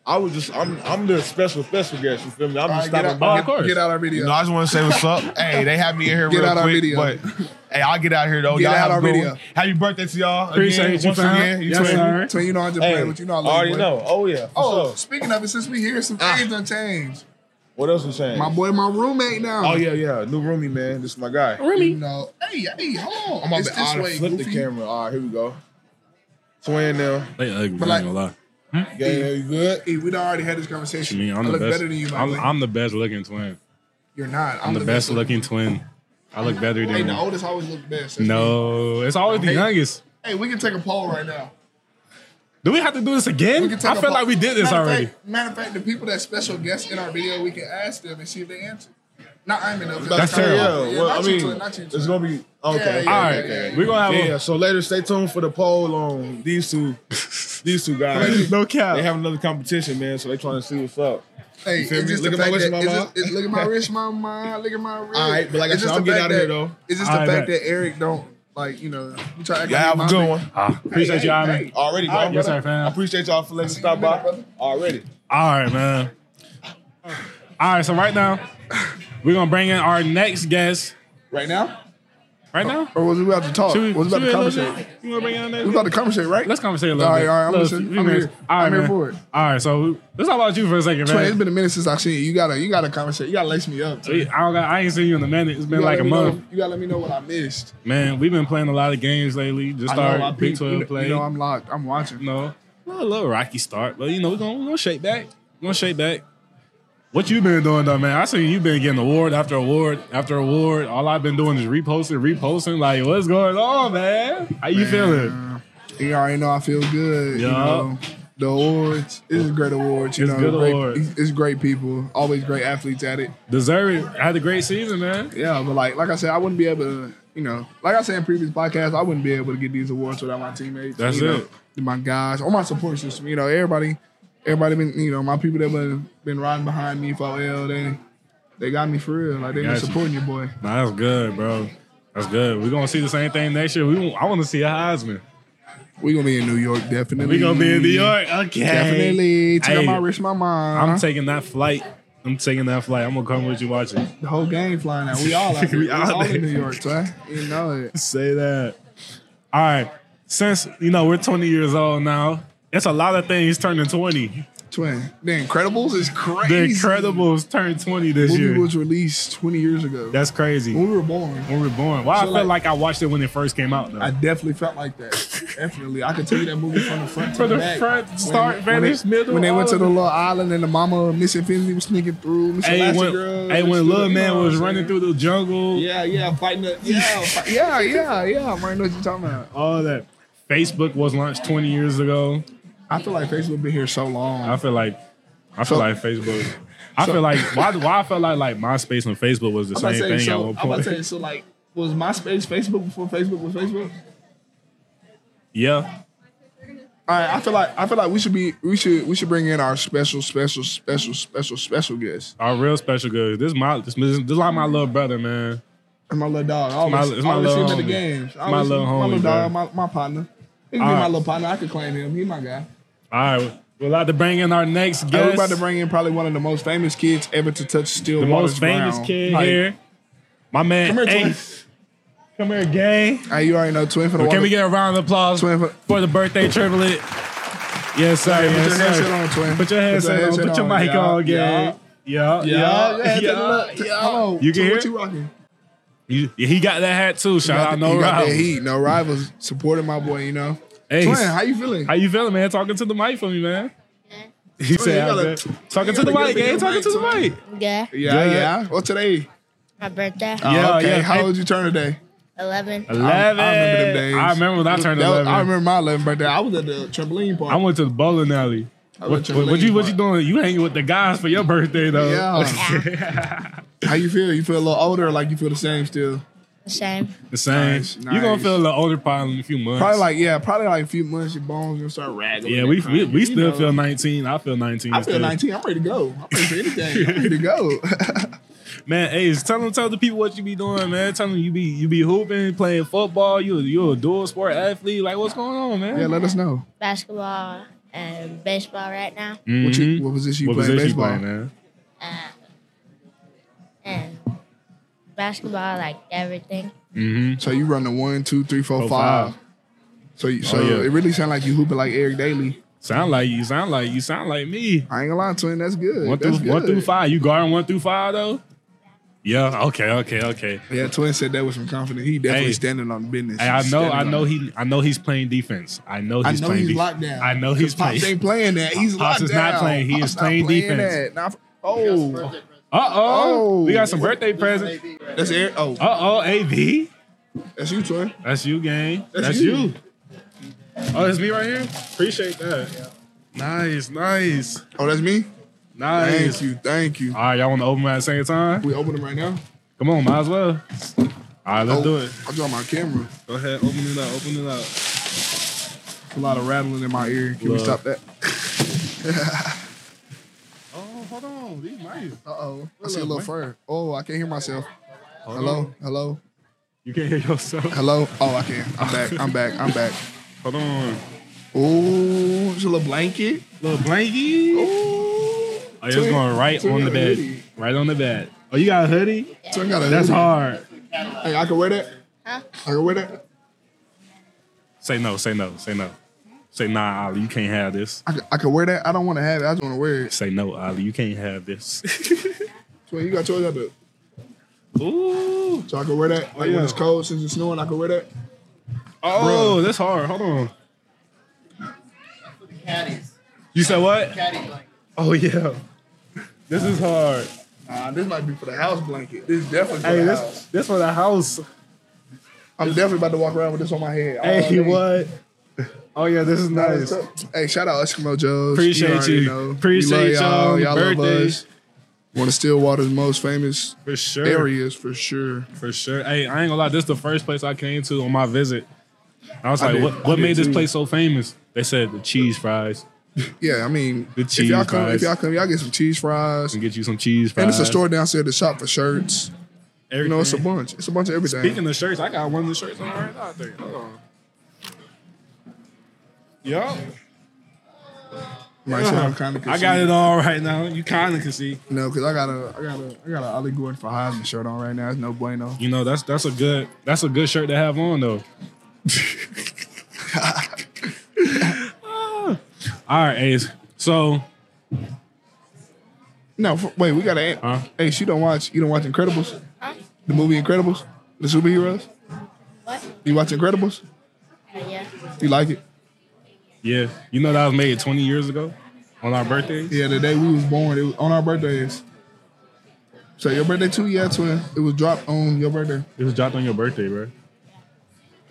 Speaker 4: I was just I'm I'm the special special guest. You feel me? I'm
Speaker 3: All
Speaker 4: just
Speaker 3: right, get,
Speaker 4: stopping
Speaker 3: out,
Speaker 4: by.
Speaker 2: Oh,
Speaker 3: get-
Speaker 2: of course.
Speaker 3: get out our video.
Speaker 4: You know, I just want to say what's up. hey, they had me in here
Speaker 3: Get
Speaker 4: real
Speaker 3: out our
Speaker 4: quick,
Speaker 3: video.
Speaker 4: but hey, I'll get out here though.
Speaker 3: Get
Speaker 4: y'all
Speaker 3: out
Speaker 4: have a
Speaker 3: our
Speaker 4: good
Speaker 3: video.
Speaker 4: one. Happy birthday to y'all!
Speaker 2: Appreciate
Speaker 4: again,
Speaker 2: you,
Speaker 4: once
Speaker 2: fam.
Speaker 4: again. You
Speaker 2: Yes,
Speaker 4: feel me?
Speaker 2: sir.
Speaker 3: So you know I just
Speaker 4: Hey,
Speaker 3: playing with you. know I
Speaker 4: I
Speaker 3: love
Speaker 4: already
Speaker 3: you, boy.
Speaker 4: know. Oh yeah. For
Speaker 3: Oh,
Speaker 4: sure.
Speaker 3: speaking of it, since we here, some
Speaker 4: Ah.
Speaker 3: things done changed.
Speaker 4: What else was saying?
Speaker 3: My boy, my roommate now.
Speaker 4: Oh yeah, yeah. New roomie, man. This is my guy.
Speaker 3: You know, hey, hey, hold on.
Speaker 4: I'm about
Speaker 3: it's
Speaker 4: to
Speaker 3: this
Speaker 4: I'll
Speaker 3: way,
Speaker 4: flip the
Speaker 3: Goofy.
Speaker 4: camera. All right, here we go. Swing now.
Speaker 2: They ugly.
Speaker 3: But
Speaker 2: I
Speaker 3: like-
Speaker 2: ain't gonna lie.
Speaker 4: Yeah, yeah, you good?
Speaker 3: Hey, we done already had this
Speaker 2: To
Speaker 3: conversation.
Speaker 2: me, I'm
Speaker 3: I
Speaker 2: the
Speaker 3: look
Speaker 2: best.
Speaker 3: better than you, my
Speaker 2: I'm,
Speaker 3: boy.
Speaker 2: I'm the best looking twin.
Speaker 3: You're not. I'm,
Speaker 2: I'm the best looking twin. I look better
Speaker 3: Hey,
Speaker 2: than
Speaker 3: the
Speaker 2: you.
Speaker 3: oldest always look best. That's me.
Speaker 2: No, it's always the
Speaker 3: Hey.
Speaker 2: youngest.
Speaker 3: Hey, we can take a poll right now.
Speaker 2: Do we have to do this
Speaker 3: We
Speaker 2: again?
Speaker 3: can take
Speaker 2: I
Speaker 3: a
Speaker 2: feel
Speaker 3: poll.
Speaker 2: like we did this
Speaker 3: matter of
Speaker 2: already.
Speaker 3: Fact, matter of fact, the people that special guests in our video, we can ask them and see if they answer. Not I'm enough.
Speaker 2: That's
Speaker 4: Yeah,
Speaker 2: terrible.
Speaker 4: yeah. Well, I
Speaker 3: not you,
Speaker 4: mean,
Speaker 3: Twin, not you,
Speaker 4: it's
Speaker 3: Twin.
Speaker 4: gonna be okay.
Speaker 3: Yeah,
Speaker 2: All
Speaker 3: yeah,
Speaker 2: right,
Speaker 3: yeah, yeah.
Speaker 2: we're gonna have
Speaker 4: Yeah,
Speaker 2: a-
Speaker 4: yeah, so later stay tuned for the poll on these two these two guys.
Speaker 2: No
Speaker 4: They
Speaker 2: cap.
Speaker 4: have another competition, man, so they trying to see what's up.
Speaker 3: Hey,
Speaker 4: You feel
Speaker 3: it's
Speaker 4: me?
Speaker 3: just the
Speaker 4: Look at my
Speaker 3: fact
Speaker 4: wrist,
Speaker 3: that- it's
Speaker 4: mama.
Speaker 3: just- it's- Look at my wrist, mama. Look at my wrist.
Speaker 4: All right, but like I
Speaker 3: It's
Speaker 4: said,
Speaker 3: just
Speaker 4: I'm
Speaker 3: the
Speaker 4: getting
Speaker 3: fact
Speaker 4: out of here,
Speaker 3: that-
Speaker 4: though.
Speaker 3: It's just
Speaker 2: All
Speaker 3: the
Speaker 2: right,
Speaker 3: fact
Speaker 2: bet.
Speaker 3: that Eric don't like you know. He try to act
Speaker 4: Y'all
Speaker 3: like
Speaker 4: have a
Speaker 3: he
Speaker 4: good
Speaker 3: my
Speaker 4: one.
Speaker 2: Ah, appreciate
Speaker 3: Hey,
Speaker 2: you,
Speaker 3: hey,
Speaker 2: Ivan.
Speaker 3: hey.
Speaker 4: Already, bro.
Speaker 2: Yes, sir, fam.
Speaker 4: I appreciate y'all for letting me
Speaker 3: you
Speaker 4: stop
Speaker 3: in a
Speaker 4: by.
Speaker 3: minute, brother.
Speaker 4: Already.
Speaker 2: All right, man. All right, so right now we're gonna bring in our next guest.
Speaker 3: Right now,
Speaker 2: Right now,
Speaker 3: or was we about to talk?
Speaker 2: Should we-
Speaker 3: was we Oh,
Speaker 2: should
Speaker 3: about
Speaker 2: we
Speaker 3: to
Speaker 2: a little
Speaker 3: conversate?
Speaker 2: bit? You wanna bring in our next?
Speaker 3: We about to conversate, right?
Speaker 2: Let's conversate a little
Speaker 3: All right,
Speaker 2: bit.
Speaker 3: all right, I'm
Speaker 2: Little
Speaker 3: listening.
Speaker 2: few
Speaker 3: I'm
Speaker 2: minutes.
Speaker 3: here.
Speaker 2: All right,
Speaker 3: I'm here
Speaker 2: man.
Speaker 3: for it.
Speaker 2: All right, so let's talk about you for a second,
Speaker 3: Twin,
Speaker 2: man.
Speaker 3: it's been a minute since I've seen you. You gotta, you gotta conversate. You gotta lace me up. Twin.
Speaker 2: I, don't got, I ain't seen you in a minute. It's been
Speaker 3: You gotta
Speaker 2: like a
Speaker 3: let me
Speaker 2: month.
Speaker 3: Know, you gotta let me know what I missed.
Speaker 2: Man, we've been playing a lot of games lately. Just
Speaker 3: I know, I
Speaker 2: started Big
Speaker 3: peeped. You
Speaker 2: 12
Speaker 3: know-
Speaker 2: play.
Speaker 3: You know, I'm locked. I'm
Speaker 2: you
Speaker 3: watching.
Speaker 2: know, a little, little rocky start, but you know, we're gonna, we're gonna shake back. We're gonna shake back. What you been doing though, man? I see you been getting award after award after award. All I've been doing is reposting, reposting. Like, what's going on, man? How you feeling?
Speaker 3: You already know I feel good. You
Speaker 2: Yeah.
Speaker 3: know, the awards is a great award. You
Speaker 2: It's
Speaker 3: know,
Speaker 2: good
Speaker 3: great,
Speaker 2: awards.
Speaker 3: It's great people. Always great athletes at it.
Speaker 2: Deserve it. I had a great season, man.
Speaker 3: Yeah, but like, like I said, I wouldn't be able to. You know, like I said in previous podcasts, I wouldn't be able to get these awards without my teammates.
Speaker 2: That's
Speaker 3: you
Speaker 2: it.
Speaker 3: Know, my guys, or my support system. You know, everybody, everybody been. You know, my people that been been riding behind me for L. They They got me for real. Like they been
Speaker 2: Got you.
Speaker 3: supporting your boy.
Speaker 2: Nah, that's good, bro. That's good. We're gonna see the same thing next year. We I want to see a Heisman.
Speaker 3: We gonna be in New York, definitely.
Speaker 2: We gonna be in New York. Okay,
Speaker 3: Definitely. Tell
Speaker 2: Hey,
Speaker 3: them I risk my mind.
Speaker 2: I'm taking that flight. I'm taking that flight. I'm gonna come with you watching.
Speaker 3: the whole game flying out. We all out here.
Speaker 2: We
Speaker 3: we,
Speaker 2: out
Speaker 3: all,
Speaker 2: there.
Speaker 3: in New York, so you know it.
Speaker 2: Say that. All right. Since you know we're 20 years old now, it's a lot of things turning 20.
Speaker 3: Twin. The Incredibles is
Speaker 2: The
Speaker 3: crazy.
Speaker 2: Incredibles turned 20 this
Speaker 3: Movie
Speaker 2: year.
Speaker 3: was released 20 years ago.
Speaker 2: That's crazy.
Speaker 3: when
Speaker 2: When
Speaker 3: we were born.
Speaker 2: we were born. Well, I
Speaker 3: So,
Speaker 2: feel
Speaker 3: like-
Speaker 2: like I watched it when it first came out though.
Speaker 3: I definitely felt like that. Definitely, I could tell you that movie from the front to
Speaker 2: From
Speaker 3: the,
Speaker 2: the
Speaker 3: back.
Speaker 2: front, start,
Speaker 3: when
Speaker 2: finish,
Speaker 3: they,
Speaker 2: middle,
Speaker 3: When they went
Speaker 2: all
Speaker 3: to
Speaker 2: of
Speaker 3: the
Speaker 2: it.
Speaker 3: little island and the mama of Miss Infinity was sneaking through. Miss
Speaker 2: hey, when,
Speaker 3: Elastigirl,
Speaker 2: hey, when
Speaker 3: Miss-
Speaker 2: little
Speaker 3: you know
Speaker 2: man
Speaker 3: what
Speaker 2: was
Speaker 3: I'm
Speaker 2: running
Speaker 3: saying?
Speaker 2: through the jungle,
Speaker 3: Yeah, yeah, fighting the yeah, fi- yeah, yeah, yeah. Martin, know what you talking about?
Speaker 2: all that. Facebook was launched 20 years ago.
Speaker 3: I feel like Facebook been here so long.
Speaker 2: I feel like I feel
Speaker 3: So-
Speaker 2: like Facebook. I
Speaker 3: so-
Speaker 2: feel like why, why I felt like like MySpace and Facebook was the
Speaker 3: I'm about to
Speaker 2: same
Speaker 3: say,
Speaker 2: thing
Speaker 3: so,
Speaker 2: at one
Speaker 3: I'm about
Speaker 2: point.
Speaker 3: to say, so like, was MySpace Facebook before Facebook was Facebook?
Speaker 2: yeah,
Speaker 3: All right, I feel like I feel like we should be we should we should bring in our special special special special special guest.
Speaker 2: our real special good. This my this, this is like my little brother, man.
Speaker 3: And my little dog. I always,
Speaker 2: my- it's
Speaker 3: I
Speaker 2: my
Speaker 3: always see
Speaker 2: little
Speaker 3: him at
Speaker 2: homie.
Speaker 3: the games. I
Speaker 2: My
Speaker 3: always-
Speaker 2: little
Speaker 3: My
Speaker 2: homie,
Speaker 3: little dog,
Speaker 2: bro.
Speaker 3: my, my partner. He can
Speaker 2: All
Speaker 3: be my
Speaker 2: right.
Speaker 3: little partner. I could claim him. He my guy.
Speaker 2: All right, we're about to bring in our next guest.
Speaker 3: And we're about to bring in probably one of the most famous kids ever to touch steel.
Speaker 2: the most famous kid here. My man,
Speaker 3: Come here, twin.
Speaker 2: Ace. Come here, gang.
Speaker 3: Hey, you already know twin for the
Speaker 2: Can
Speaker 3: water.
Speaker 2: we get a round of applause
Speaker 3: Twin
Speaker 2: for,
Speaker 3: for-
Speaker 2: the birthday triplet? Yes, sir.
Speaker 3: Put your
Speaker 2: yes, sir.
Speaker 3: headset on, twin.
Speaker 2: Put your headset on. Put your mic
Speaker 3: Yeah,
Speaker 2: on,
Speaker 3: yeah,
Speaker 2: gang. Yeah,
Speaker 3: Yeah, yeah,
Speaker 2: yeah,
Speaker 3: take a
Speaker 2: yeah.
Speaker 3: look. Hello,
Speaker 2: You can
Speaker 3: twin,
Speaker 2: hear
Speaker 3: what
Speaker 2: it?
Speaker 3: you rocking?
Speaker 2: You- He got that hat too. Shout out,
Speaker 3: Got the-
Speaker 2: no
Speaker 3: you got that
Speaker 2: rivals.
Speaker 3: heat. No rivals supporting my boy. You know,
Speaker 2: Ace.
Speaker 3: twin, how you feeling?
Speaker 2: How you feeling, man? Talking to the mic for me, man. He said,
Speaker 3: gotta-
Speaker 2: man. talking to
Speaker 3: you
Speaker 2: the
Speaker 3: gotta
Speaker 2: mic,
Speaker 3: get
Speaker 2: gang.
Speaker 3: the
Speaker 2: Talking
Speaker 3: mic,
Speaker 2: to the
Speaker 3: twin.
Speaker 2: mic.
Speaker 5: Yeah,
Speaker 3: Yeah,
Speaker 2: Good.
Speaker 3: yeah. Well, today.
Speaker 5: my birthday.
Speaker 3: Oh,
Speaker 2: Yeah,
Speaker 3: okay.
Speaker 2: yeah.
Speaker 3: How old you turn today?
Speaker 5: 11.
Speaker 2: Eleven.
Speaker 3: I remember them days.
Speaker 2: I remember when I turned
Speaker 3: That was-
Speaker 2: eleven.
Speaker 3: I
Speaker 2: I,
Speaker 3: remember my 11th birthday. I was at the trampoline park.
Speaker 2: went to the bowling alley.
Speaker 3: I
Speaker 2: What,
Speaker 3: went to
Speaker 2: what- what you what you
Speaker 3: Lane
Speaker 2: doing? You hanging with the guys for your birthday though?
Speaker 3: Yeah. How you feel? You feel a little older, or like you feel the same still?
Speaker 5: Same.
Speaker 2: The same.
Speaker 3: Nice,
Speaker 2: You gonna
Speaker 3: nice.
Speaker 2: feel the older pile in a few months.
Speaker 3: Probably like yeah, probably like a few months. Your bones gonna start ragging.
Speaker 2: yeah. We we, we
Speaker 3: You
Speaker 2: still
Speaker 3: know.
Speaker 2: feel nineteen. I feel nineteen.
Speaker 3: I feel
Speaker 2: still.
Speaker 3: 19. I'm ready to go. I'm ready for anything. I'm ready to go.
Speaker 2: Man, hey, tell them tell the people what you be doing, man. Tell them you be you be hooping, playing football. You you a dual sport athlete. Like what's going on, man?
Speaker 3: yeah, let us know
Speaker 5: Basketball and baseball right now.
Speaker 3: what
Speaker 2: Mhm.
Speaker 3: you what position you
Speaker 2: what
Speaker 3: play
Speaker 2: position you
Speaker 3: baseball.
Speaker 2: playing, man?
Speaker 5: Uh, and basketball, like everything.
Speaker 3: So you running one, two, three, four,
Speaker 2: Oh,
Speaker 3: five.
Speaker 2: five.
Speaker 3: So you, so
Speaker 2: Oh, yeah.
Speaker 3: it really sound like you hooping like Eric Daly.
Speaker 2: Sound like you. Sound like you. Sound like me.
Speaker 3: I ain't gonna lie, twin. That's good.
Speaker 2: One
Speaker 3: That's
Speaker 2: through one
Speaker 3: good.
Speaker 2: through five. You guarding one through five though? Yeah. Okay. Okay. Okay.
Speaker 3: Yeah, twin said that with some confidence. He definitely
Speaker 2: Hey.
Speaker 3: standing on business.
Speaker 2: Hey, I
Speaker 3: He's
Speaker 2: know.
Speaker 3: standing
Speaker 2: I
Speaker 3: on
Speaker 2: know
Speaker 3: it.
Speaker 2: he. I know he's playing defense. I know
Speaker 3: I
Speaker 2: he's
Speaker 3: know
Speaker 2: playing.
Speaker 3: he's
Speaker 2: defense.
Speaker 3: locked down.
Speaker 2: I know he's
Speaker 3: Pops
Speaker 2: playing.
Speaker 3: ain't playing that. He's
Speaker 2: Pops
Speaker 3: locked
Speaker 2: is
Speaker 3: down.
Speaker 2: not playing. He
Speaker 3: Pops
Speaker 2: is
Speaker 3: not
Speaker 2: playing
Speaker 3: playing
Speaker 2: defense.
Speaker 3: that. Not- oh,
Speaker 2: Uh oh.
Speaker 3: Oh.
Speaker 2: We got some birthday presents.
Speaker 3: that's Eric. Oh,
Speaker 2: Uh oh. Av.
Speaker 3: that's you, twin.
Speaker 2: That's you, gang. That's,
Speaker 3: That's
Speaker 2: you.
Speaker 3: you.
Speaker 2: Oh, it's me right here. Appreciate that. Nice. Nice.
Speaker 3: Oh, that's me.
Speaker 2: Nice.
Speaker 3: Thank you, thank you.
Speaker 2: All right, y'all want to open them at the same time?
Speaker 3: We open them right now.
Speaker 2: Come on, might as well. All right, let's
Speaker 3: Oh,
Speaker 2: do it.
Speaker 3: I draw my camera.
Speaker 2: Go ahead, open it up. Open it up.
Speaker 3: It's a lot of rattling in my ear. Can we
Speaker 2: Love.
Speaker 3: stop that?
Speaker 2: Oh, hold on. These nice.
Speaker 3: Uh oh. I see a
Speaker 2: Hold
Speaker 3: little
Speaker 2: up,
Speaker 3: fur. Oh, I can't hear myself. Hello, hello,
Speaker 2: You can't hear yourself.
Speaker 3: hello. Oh, I can. I'm back. I'm back. I'm back.
Speaker 2: Hold on.
Speaker 3: Ooh, it's a little blanket.
Speaker 2: Little blankie.
Speaker 3: Ooh.
Speaker 2: Oh, it's going right
Speaker 3: Twin
Speaker 2: on the
Speaker 3: got a
Speaker 2: bed.
Speaker 3: hoodie.
Speaker 2: Right on the bed. Oh, you got a hoodie?
Speaker 3: Twin got a
Speaker 2: That's
Speaker 3: hoodie.
Speaker 2: hard.
Speaker 3: Hey, I can wear that.
Speaker 5: Huh?
Speaker 3: I can wear that.
Speaker 2: Say no, say no, say no. Say nah, Ali, you can't have this.
Speaker 3: I can, I can wear that. I don't want to have it. I just want to wear it.
Speaker 2: Say no, Ali, you can't have this.
Speaker 3: Twin, you got yours out there.
Speaker 2: Ooh.
Speaker 3: So I can wear that. Like
Speaker 2: Oh, yeah.
Speaker 3: when it's cold, since it's snowing, I can wear that.
Speaker 2: Oh, that's hard. Hold on. You said what? Oh yeah. This is hard.
Speaker 3: Uh, this might be for the house blanket. This is definitely for
Speaker 2: Hey,
Speaker 3: the
Speaker 2: this
Speaker 3: house.
Speaker 2: this for the house.
Speaker 3: I'm definitely about to walk around with this on my head. all
Speaker 2: Hey,
Speaker 3: day.
Speaker 2: what? Oh yeah, this is nice.
Speaker 3: Hey, shout out Eskimo Joe's.
Speaker 2: Appreciate
Speaker 3: already
Speaker 2: you. Appreciate
Speaker 3: We love
Speaker 2: y'all on the
Speaker 3: Y'all love
Speaker 2: birthday.
Speaker 3: us. One of Stillwater's most famous
Speaker 2: For sure.
Speaker 3: areas for sure.
Speaker 2: For sure. Hey, I ain't gonna lie, this is the first place I came to on my visit. I was
Speaker 3: I
Speaker 2: like,
Speaker 3: did-
Speaker 2: what
Speaker 3: I
Speaker 2: what
Speaker 3: did
Speaker 2: made this
Speaker 3: too.
Speaker 2: place so famous? They said the cheese fries.
Speaker 3: Yeah, I mean,
Speaker 2: The
Speaker 3: if y'all
Speaker 2: cheese
Speaker 3: come,
Speaker 2: fries.
Speaker 3: if y'all come, y'all get some cheese fries.
Speaker 2: and get you some cheese fries.
Speaker 3: And it's a store downstairs that shop for shirts. You know,
Speaker 2: Mm-hmm.
Speaker 3: it's a bunch. It's a bunch of everything.
Speaker 2: Speaking of shirts, I got one of the shirts on right now. I think. Hold on. Yup.
Speaker 3: Might sound kind of
Speaker 2: I got it on right now. You kind of can see.
Speaker 3: No, because I got a, I got a, I got a Ollie Gordon for Heisman shirt on right now. It's no bueno.
Speaker 2: You know that's that's a good that's a good shirt to have on though. All right, Ace. So
Speaker 3: No, f wait, we got to.
Speaker 2: Huh?
Speaker 3: Hey, you don't watch, you don't watch Incredibles, the movie Incredibles, the superheroes.
Speaker 5: What?
Speaker 3: You watch Incredibles?
Speaker 5: Uh, yeah.
Speaker 3: You like it?
Speaker 2: yeah, you know that was made 20 years ago on our birthdays.
Speaker 3: Yeah, the day we was born, it was on our birthdays. So your birthday too? Yeah, twin. It was dropped on your birthday.
Speaker 2: It was dropped on your birthday, bro.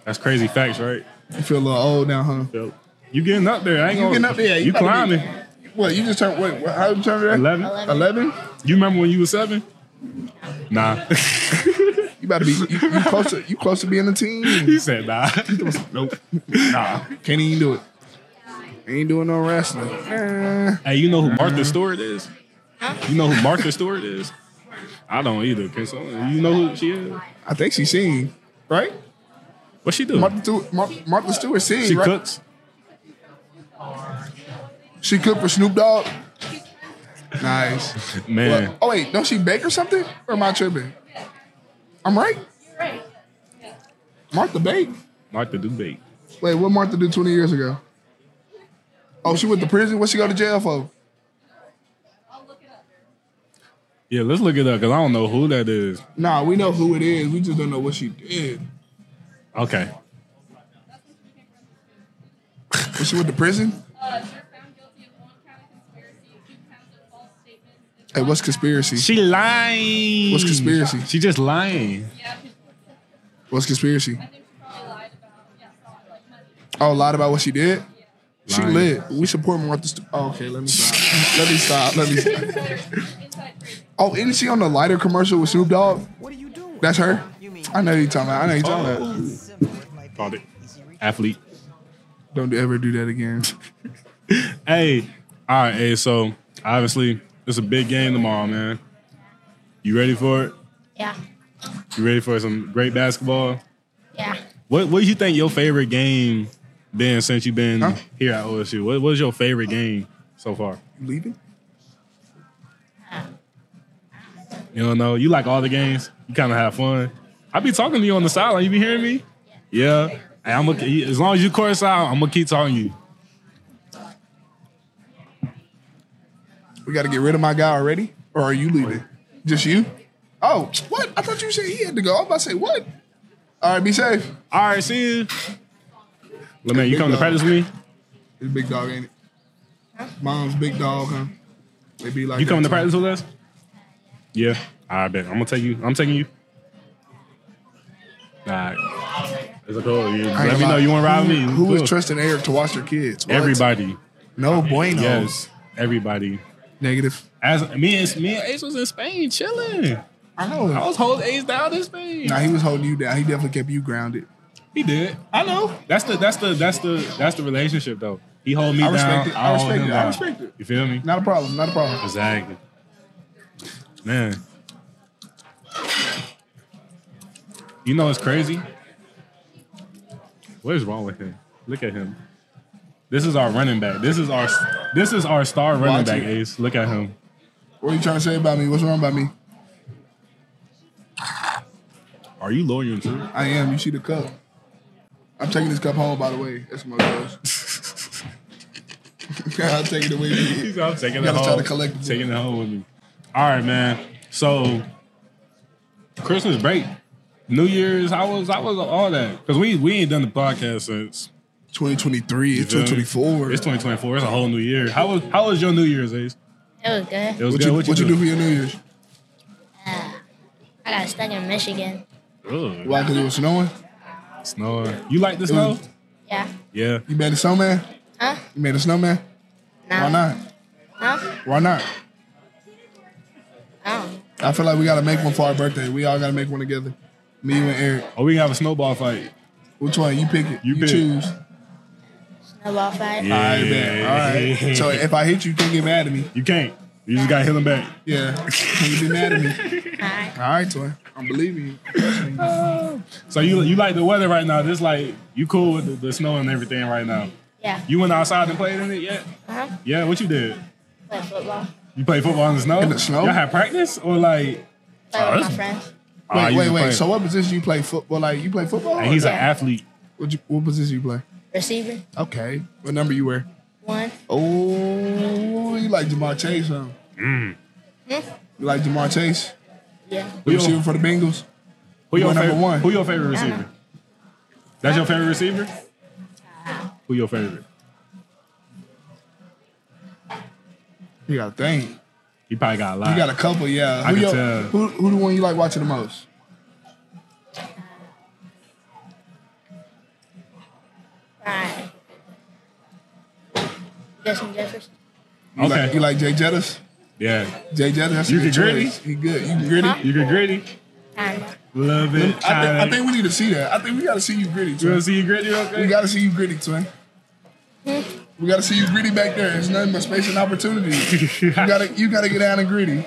Speaker 2: That's crazy facts, right?
Speaker 3: You feel a little old now, huh?
Speaker 2: Yo, You getting up there? I ain't
Speaker 3: You
Speaker 2: gonna,
Speaker 3: getting up there, you
Speaker 2: You
Speaker 3: about to be-
Speaker 2: climbing?
Speaker 3: What? You just turned? Wait, what, how did you turn today?
Speaker 2: Eleven?
Speaker 3: Eleven?
Speaker 2: You remember when you was seven? Nah.
Speaker 3: You about to be you, you close to you close to being a teen.
Speaker 2: he said nah. nope. Nah.
Speaker 3: Can't even do it. Ain't doing no wrestling. Eh.
Speaker 2: Hey, you know who Martha Stewart is?
Speaker 5: Huh?
Speaker 2: You know who Martha Stewart is? I don't either. Can someone, you know who she is?
Speaker 3: I think she seen right.
Speaker 2: What she do?
Speaker 3: Martha Stewart, Mar- Martha Stewart seen
Speaker 2: she
Speaker 3: right.
Speaker 2: cooks.
Speaker 3: She cooked for Snoop Dogg. Nice.
Speaker 2: Man,
Speaker 3: What- oh wait, don't she bake or something? Or am I tripping? I'm right. Martha Bake.
Speaker 2: Martha do bake.
Speaker 3: Wait, what Martha did 20 years ago? Oh, she went to prison. What she go to jail for?
Speaker 2: Yeah, let's look it up because I don't know who that is.
Speaker 3: Nah, we know who it is. We just don't know what she did.
Speaker 2: Okay.
Speaker 3: When she went to prison?
Speaker 6: Uh, they're found guilty of one count of conspiracy, two counts of false statements. and
Speaker 3: Hey,
Speaker 6: one
Speaker 3: what's
Speaker 6: count-
Speaker 3: conspiracy?
Speaker 2: She lying.
Speaker 3: What's conspiracy?
Speaker 2: She just lying.
Speaker 6: Yeah, I think
Speaker 3: What's conspiracy?
Speaker 6: she probably lied about, yeah, fraud, like money.
Speaker 3: Oh, lied about what she did? She
Speaker 2: Lying.
Speaker 3: lit. We support Martha. Stu- oh, okay, let me stop. let me stop. Let me stop.
Speaker 6: Inside crazy.
Speaker 3: Oh, isn't she on the lighter commercial with Snoop Dogg? What are you doing? That's her. I know who you talking about. I know who you talking about.
Speaker 2: Called it. Athlete.
Speaker 3: Don't ever do that again.
Speaker 2: Hey, all right, hey, so obviously it's a big game tomorrow, man. You ready for it?
Speaker 5: Yeah.
Speaker 2: You ready for some great basketball?
Speaker 5: Yeah.
Speaker 2: What what do you think your favorite game been since you've been
Speaker 3: Huh?
Speaker 2: here at OSU? What what's your favorite game so far?
Speaker 3: You leaving?
Speaker 2: You don't know. You like all the games. You kind of have fun. I be talking to you on the sideline. You be hearing me? Yeah. Hey, I'm gonna, as long as you course out, I'm gonna keep talking to you.
Speaker 3: We got to get rid of my guy already, or are you leaving? Just you? Oh, what? I thought you said he had to go. I'm about to say what? All right, be safe.
Speaker 2: All right, see you. Look, man, you coming to practice with me?
Speaker 3: It's big dog, ain't it? Mom's big dog, huh? They be like
Speaker 2: You coming to
Speaker 3: that,
Speaker 2: practice
Speaker 3: too.
Speaker 2: with us? Yeah. I bet. I'm gonna take you. I'm taking you. All right. It's a cool. You
Speaker 3: I ain't
Speaker 2: Let me
Speaker 3: gonna
Speaker 2: know
Speaker 3: lie.
Speaker 2: you want to ride
Speaker 3: Who-
Speaker 2: with me.
Speaker 3: Who
Speaker 2: Cool.
Speaker 3: is trusting Eric to watch their kids? What? Oh.
Speaker 2: Everybody.
Speaker 3: No bueno.
Speaker 2: Yes. Everybody.
Speaker 3: Negative.
Speaker 2: As me and me and Ace was in Spain chilling.
Speaker 3: I know.
Speaker 2: I was holding Ace down in Spain.
Speaker 3: nah, he was holding you down. He definitely kept you grounded.
Speaker 2: He did. I know. That's the that's the that's the that's the relationship though. He hold me
Speaker 3: I respect
Speaker 2: down.
Speaker 3: it. I
Speaker 2: hold
Speaker 3: respect
Speaker 2: him
Speaker 3: it. I
Speaker 2: down.
Speaker 3: respect it.
Speaker 2: You feel me?
Speaker 3: Not a problem. Not a problem.
Speaker 2: Exactly. Man. You know it's crazy. What is wrong with him? Look at him. This is our running back. This is our this is our star running
Speaker 3: Watch
Speaker 2: back,
Speaker 3: it.
Speaker 2: Ace. Look at him.
Speaker 3: What are you trying to say about me? What's wrong about me?
Speaker 2: Are you loyal to?
Speaker 3: I am. You see the cup. I'm taking this cup home, by the way. That's my girls. I'll take it away. From you.
Speaker 2: I'm taking
Speaker 3: Gotta
Speaker 2: it
Speaker 3: try
Speaker 2: home.
Speaker 3: to collect the-
Speaker 2: taking it home with me. All right, man. So Christmas break, New Year's. I was I was all that because we we ain't done the podcast since
Speaker 3: 2023. It's
Speaker 2: You feel me?
Speaker 3: 2024.
Speaker 2: It's 2024. It's a whole new year. How was how was your New Year's, Ace?
Speaker 5: It was good.
Speaker 2: It was
Speaker 3: What
Speaker 2: good.
Speaker 3: you, what you do for your New Year's?
Speaker 5: Uh, I got stuck in Michigan.
Speaker 2: Ugh,
Speaker 3: Why? Because it was snowing.
Speaker 2: snowing. You like the
Speaker 3: It
Speaker 2: snow?
Speaker 3: was-
Speaker 5: Yeah.
Speaker 2: Yeah.
Speaker 3: You made a snowman.
Speaker 5: Huh?
Speaker 3: You made a snowman.
Speaker 5: No.
Speaker 3: Why not?
Speaker 5: Huh?
Speaker 3: Why not?
Speaker 5: Oh.
Speaker 3: I feel like we gotta make one for our birthday. We all gotta make one together. Me, you, and Eric.
Speaker 2: Oh, we can have a snowball fight.
Speaker 3: Which one? You pick it.
Speaker 2: You
Speaker 3: You,
Speaker 2: pick.
Speaker 3: choose.
Speaker 5: About five.
Speaker 3: All right, man. All right. So if I hit you, can't get mad at me.
Speaker 2: You can't. You just gotta hit him back.
Speaker 3: Yeah. Can't be mad at me.
Speaker 5: Alright.
Speaker 3: All right, Toy. I'm believing you.
Speaker 2: So you you like the weather right now? This like you cool with the, the snow and everything right now?
Speaker 5: Yeah.
Speaker 2: You went outside and played in it yet?
Speaker 5: Uh-huh.
Speaker 2: Yeah. What you did?
Speaker 5: Play football.
Speaker 2: You played football in the snow?
Speaker 3: In the snow?
Speaker 2: Y'all had practice or like?
Speaker 5: Play with
Speaker 2: Oh,
Speaker 5: my
Speaker 2: that's-
Speaker 5: friends.
Speaker 2: ah,
Speaker 3: Wait,
Speaker 2: you
Speaker 3: wait,
Speaker 2: just
Speaker 3: wait.
Speaker 2: playing.
Speaker 3: So what position you play football? Like you play football?
Speaker 2: And he's an
Speaker 5: Yeah.
Speaker 2: athlete.
Speaker 3: What, you, what position you play?
Speaker 5: Receiver.
Speaker 3: Okay. What number you wear?
Speaker 5: One.
Speaker 3: Oh, you like Jamar Chase, huh?
Speaker 5: Hmm?
Speaker 3: You like Jamar Chase?
Speaker 5: Yeah.
Speaker 2: Who
Speaker 3: You
Speaker 2: your,
Speaker 3: receiver for the Bengals?
Speaker 2: who your
Speaker 3: who number
Speaker 2: favorite
Speaker 3: one?
Speaker 2: Who your favorite
Speaker 5: don't
Speaker 2: receiver? That's your favorite receiver. Who your favorite?
Speaker 3: You got to think. You
Speaker 2: You probably got a lot.
Speaker 3: got a couple, yeah.
Speaker 2: I
Speaker 3: who,
Speaker 2: can
Speaker 3: your-
Speaker 2: tell.
Speaker 3: who who the one you like watching the most?
Speaker 5: Alright. Justin Jefferson.
Speaker 3: You
Speaker 2: okay.
Speaker 3: Like, you like Jay Jettas?
Speaker 2: yeah.
Speaker 3: Jay Jettas, that's a
Speaker 2: You
Speaker 3: good
Speaker 2: can gritty.
Speaker 3: choice. He good. You can gritty.
Speaker 5: Huh?
Speaker 2: You get gritty.
Speaker 5: Time.
Speaker 2: Love
Speaker 3: I,
Speaker 2: it.
Speaker 3: think, I think we need to see that. I think we got to see you gritty,
Speaker 2: you
Speaker 3: twin.
Speaker 2: wanna see you gritty. Okay.
Speaker 3: We got to see you gritty, twin. We got to see you gritty back there. It's nothing but space and opportunity. you got to you got to get down and gritty.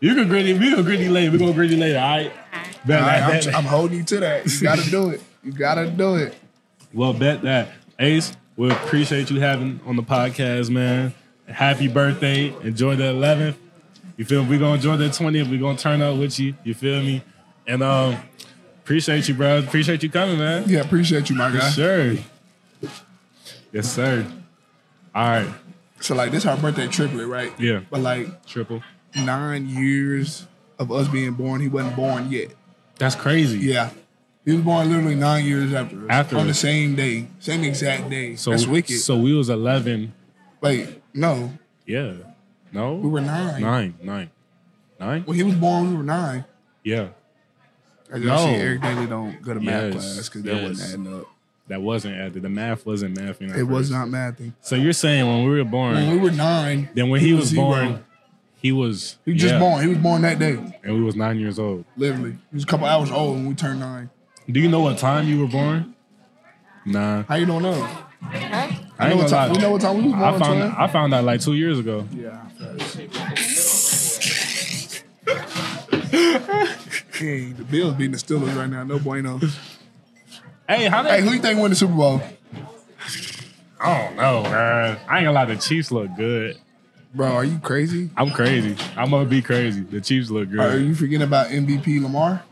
Speaker 2: You can gritty. We go gritty later. We go gritty later. All right. Bet
Speaker 3: All right,
Speaker 2: that.
Speaker 3: I'm,
Speaker 2: bet
Speaker 3: tr-
Speaker 2: that.
Speaker 3: I'm holding you to that. You got to do it. You got to do it.
Speaker 2: well, bet that. Ace, we appreciate you having on the podcast, man. Happy birthday. Enjoy the 11th. You feel me? We're going to enjoy the 20th. We're going to turn up with you. You feel me? And um, appreciate you, bro. Appreciate you coming, man.
Speaker 3: Yeah, appreciate you, my guy.
Speaker 2: Sure. Yes, sir. All right.
Speaker 3: So like this our birthday triplet, right?
Speaker 2: Yeah.
Speaker 3: But like
Speaker 2: Triple.
Speaker 3: nine years of us being born, he wasn't born yet.
Speaker 2: That's crazy.
Speaker 3: Yeah. He was born literally nine years after us.
Speaker 2: After
Speaker 3: on the
Speaker 2: us.
Speaker 3: same day, same exact day.
Speaker 2: So,
Speaker 3: That's wicked.
Speaker 2: So we was 11.
Speaker 3: Wait, no,
Speaker 2: Yeah. No?
Speaker 3: we were nine.
Speaker 2: nine. Nine. Nine?
Speaker 3: When he was born, we were nine.
Speaker 2: Yeah.
Speaker 3: I just see
Speaker 2: No.
Speaker 3: Eric Daly don't go to
Speaker 2: Yes,
Speaker 3: math class because that
Speaker 2: yes.
Speaker 3: wasn't adding up.
Speaker 2: That wasn't added. The math wasn't mathing. at
Speaker 3: It was
Speaker 2: first.
Speaker 3: not mathing.
Speaker 2: So you're saying when we were born,
Speaker 3: When we were nine,
Speaker 2: then when he was
Speaker 3: zero.
Speaker 2: born, he was
Speaker 3: he was just
Speaker 2: yeah,
Speaker 3: born. He was born that day,
Speaker 2: and we was nine years old.
Speaker 3: literally. He was a couple hours old when we turned nine.
Speaker 2: Do you know what time you were born? Nah,
Speaker 3: How you don't know?
Speaker 5: Huh?
Speaker 2: I,
Speaker 3: know
Speaker 2: ain't
Speaker 3: what
Speaker 2: gonna
Speaker 3: time.
Speaker 2: lie.
Speaker 3: We know what time we was born.
Speaker 2: I found
Speaker 3: twin.
Speaker 2: I found out like two years ago.
Speaker 3: Yeah. Hey, the Bills beating the Steelers right now. No bueno.
Speaker 2: Hey, how
Speaker 3: Hey,
Speaker 2: they?
Speaker 3: who you think won the Super Bowl?
Speaker 2: I don't know, man. I ain't gonna lie. The Chiefs look good.
Speaker 3: Bro, are you crazy?
Speaker 2: I'm crazy. I'm gonna be crazy. The Chiefs look
Speaker 3: Are
Speaker 2: good.
Speaker 3: you forgetting about MVP Lamar?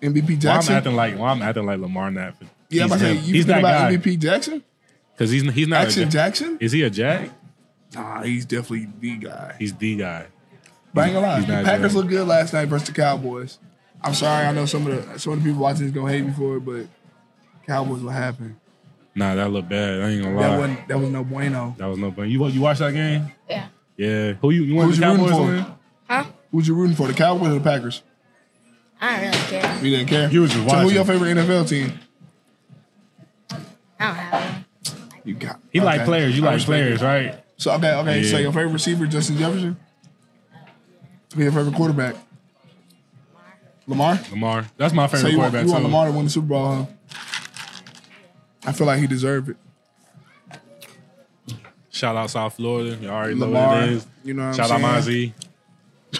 Speaker 3: MVP
Speaker 2: Why I'm
Speaker 3: Jackson?
Speaker 2: acting like why I'm acting like Lamar Naffin? he's,
Speaker 3: yeah, I'm about to say,
Speaker 2: him.
Speaker 3: you
Speaker 2: he's
Speaker 3: forgetting
Speaker 2: that
Speaker 3: about
Speaker 2: guy
Speaker 3: MVP Jackson?
Speaker 2: because he's he's not.
Speaker 3: Action
Speaker 2: a, jack.
Speaker 3: Jackson?
Speaker 2: Is he a jack?
Speaker 3: Nah, he's definitely the guy.
Speaker 2: He's the guy.
Speaker 3: But I ain't gonna lie,
Speaker 2: he's
Speaker 3: the
Speaker 2: not
Speaker 3: Packers
Speaker 2: good.
Speaker 3: looked good last night versus the Cowboys. I'm sorry, I know some of the some of the people watching is gonna hate me for it, but Cowboys what happened.
Speaker 2: Nah, that look bad. I ain't gonna lie.
Speaker 3: That wasn't that was no bueno.
Speaker 2: That was no fun. You wa- you watched that game?
Speaker 5: Yeah.
Speaker 2: Yeah. Who you you want
Speaker 3: Who's
Speaker 2: the
Speaker 3: you rooting
Speaker 2: Cowboys to
Speaker 3: for?
Speaker 2: win?
Speaker 5: Huh?
Speaker 3: Who's you rooting for? The Cowboys or the Packers?
Speaker 5: I don't really care.
Speaker 3: You didn't care.
Speaker 2: You was just
Speaker 3: So who
Speaker 2: watching.
Speaker 3: your favorite NFL team?
Speaker 5: I don't have one.
Speaker 3: You got.
Speaker 2: He like
Speaker 3: okay.
Speaker 2: players. You
Speaker 3: I
Speaker 2: like
Speaker 3: respect
Speaker 2: players,
Speaker 3: it.
Speaker 2: right?
Speaker 3: So okay, okay. So
Speaker 2: Yeah.
Speaker 3: your favorite receiver, Justin Jefferson. Who your favorite quarterback? Lamar.
Speaker 2: Lamar. That's my favorite
Speaker 3: So you want,
Speaker 2: quarterback.
Speaker 3: you want
Speaker 2: too.
Speaker 3: Lamar to win the Super Bowl? Huh? I feel like he deserved it.
Speaker 2: Shout out South Florida. You already know
Speaker 3: Lamar,
Speaker 2: what it is.
Speaker 3: you know what I'm
Speaker 2: Shout out my
Speaker 3: saying?